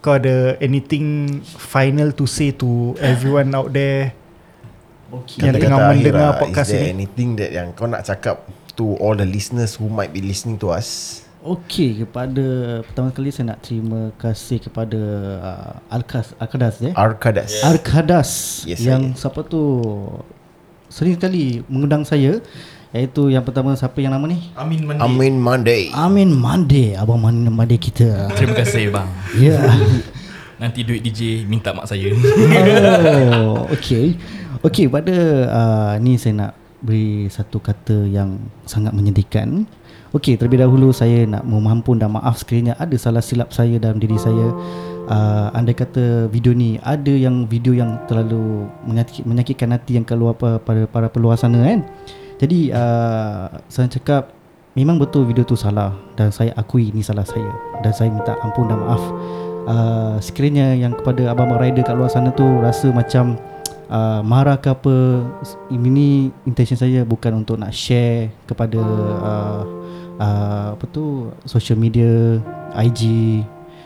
E: kau ada anything final to say to everyone out there okay. yang
D: Kata-kata
E: tengah
D: akhir
E: mendengar
D: lah,
E: podcast
D: Is there
E: ini?
D: anything that yang kau nak cakap To all the listeners who might be listening to us
G: Okey kepada pertama kali saya nak terima kasih kepada uh, Alkas Alkadas eh.
D: Arkadas
G: Arkadas
D: Yes,
G: yang siapa tu sering kali mengundang saya iaitu yang pertama siapa yang nama ni?
B: Amin mandi
D: Amin Monday
G: Amin Mande, abang Mande Mande kita.
C: Terima kasih bang
G: Ya.
C: Nanti duit DJ Minta mak saya
G: Oh, okey. Okey, pada uh, ni saya nak beri satu kata yang sangat menyedihkan. Okey, terlebih dahulu saya nak memohon ampun dan maaf sekiranya ada salah silap saya dalam diri saya. Uh, andai kata video ni ada yang video yang terlalu menyakit, menyakitkan hati yang keluar pa- pada para peluar sana kan. Jadi uh, saya cakap memang betul video tu salah dan saya akui ini salah saya dan saya minta ampun dan maaf. Uh, sekiranya yang kepada abang-abang rider kat luar sana tu rasa macam uh, marah ke apa ini intention saya bukan untuk nak share kepada uh, uh, apa tu social media IG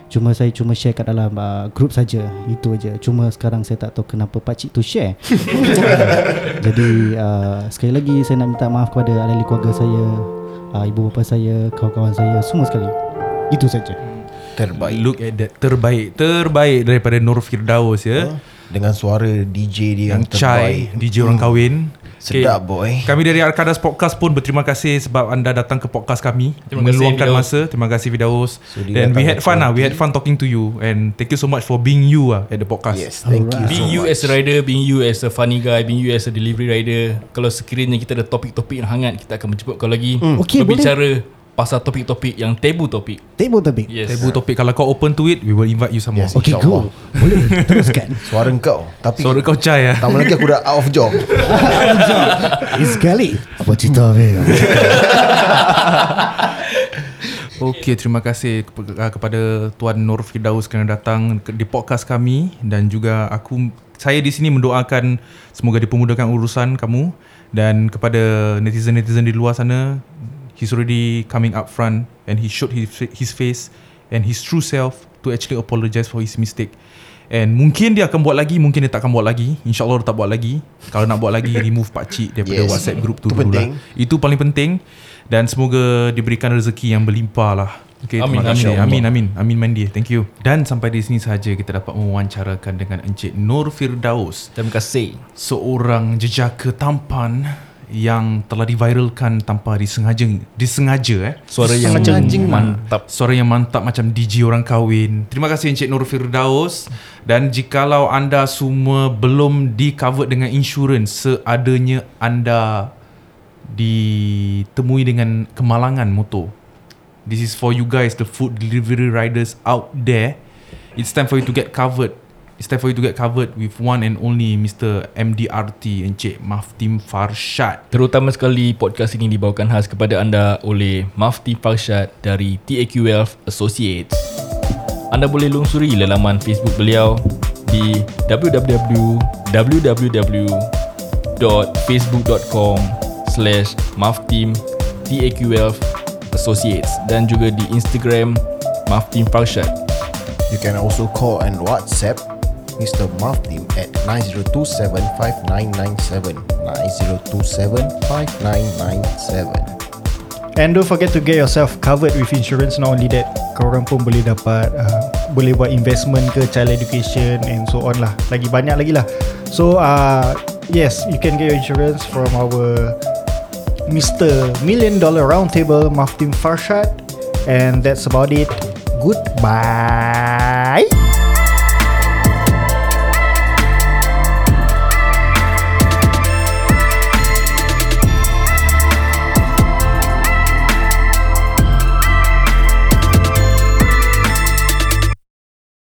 G: Cuma saya cuma share kat dalam uh, group saja. Itu aja. Cuma sekarang saya tak tahu kenapa pak cik tu share. Jadi uh, sekali lagi saya nak minta maaf kepada ahli keluarga saya, uh, ibu bapa saya, kawan-kawan saya semua sekali. Itu saja.
D: Terbaik
B: Look at that Terbaik Terbaik daripada Nur Firdaus ya
D: Dengan suara DJ dia Oh. yang,
B: Yang Chai
D: terbaik Hmm.
B: DJ orang kahwin Okay.
D: Sedap boy
B: Kami dari Arkadas Podcast pun berterima kasih sebab anda datang ke podcast kami
C: Terima kasih,
B: meluangkan
C: Firdaus.
B: masa. Terima kasih Fidaus.
D: So, dia
B: And we
D: datang
B: had fun lah. We had fun talking to you and thank you so much for being you ah at the podcast.
D: Yes thank you so
C: Being you as
D: much
C: a rider Being you as a funny guy Being you as a delivery rider Kalau sekiranya kita ada topik-topik yang hangat Kita akan menjemput kau lagi
D: Hmm.
G: Okey, boleh.
C: Berbicara Pasal topik-topik yang tabu topik
G: Table topik.
C: Yes
B: Tabu topik kalau kau open to it, we will invite you some more.
D: Yes.
B: Yes.
G: Okey,
D: InsyaAllah.
G: go. Boleh teruskan.
D: Suara kau Tapi
B: Suara kau Chai ah.
D: Tambah lagi aku dah out of job
G: Is sekali. Apa cerita weh?
B: Okey, terima kasih kepe- ah, kepada Tuan Nur Firdaus kerana datang ke- di podcast kami dan juga aku saya di sini mendoakan semoga dipermudahkan urusan kamu dan kepada netizen-netizen di luar sana he's already coming up front and he showed his, fa- his face and his true self to actually apologize for his mistake and mungkin dia akan buat lagi mungkin dia tak akan buat lagi insyaallah dia tak buat lagi kalau nak buat lagi remove pak cik daripada yes.
D: Yes.
B: WhatsApp group tu
D: Itu
B: dulu
D: penting.
B: lah itu paling penting dan semoga diberikan rezeki yang berlimpah lah. Okay,
C: Amin,
B: amin, amin,
C: amin.
B: amin, amin, amin Mandi. Thank you. Dan sampai di sini sahaja kita dapat mewawancarakan dengan Encik Nur Firdaus,
C: Terima kasih
B: seorang jejaka tampan yang telah diviralkan tanpa disengaja, disengaja eh.
C: Suara yang mantap
B: Suara yang mantap macam DJ orang kahwin. Terima kasih Encik Nur Firdaus dan jikalau anda semua belum di cover dengan insurans seadanya anda ditemui dengan kemalangan motor. This is for you guys the food delivery riders out there. It's time for you to get covered. It's time for you to get covered with one and only Mr. MDRT Encik Maftim Farshad.
C: Terutama sekali podcast ini dibawakan khas kepada anda oleh Mafti Farshad dari TAQ Wealth Associates. Anda boleh lungsuri lelaman Facebook beliau di www.facebook.com slash maftim TAQ Wealth Associates dan juga di Instagram Maftim Farshad.
D: You can also call and WhatsApp Mr. Maftim at 9027-5997 9027-5997
E: And don't forget to get yourself covered with insurance. Not only that, korang pun boleh dapat uh, boleh buat investment ke child education and so on lah. Lagi banyak lagi lah. So uh, yes, you can get your insurance from our Mr. Million Dollar Roundtable Maftim Farshad. And that's about it. Goodbye.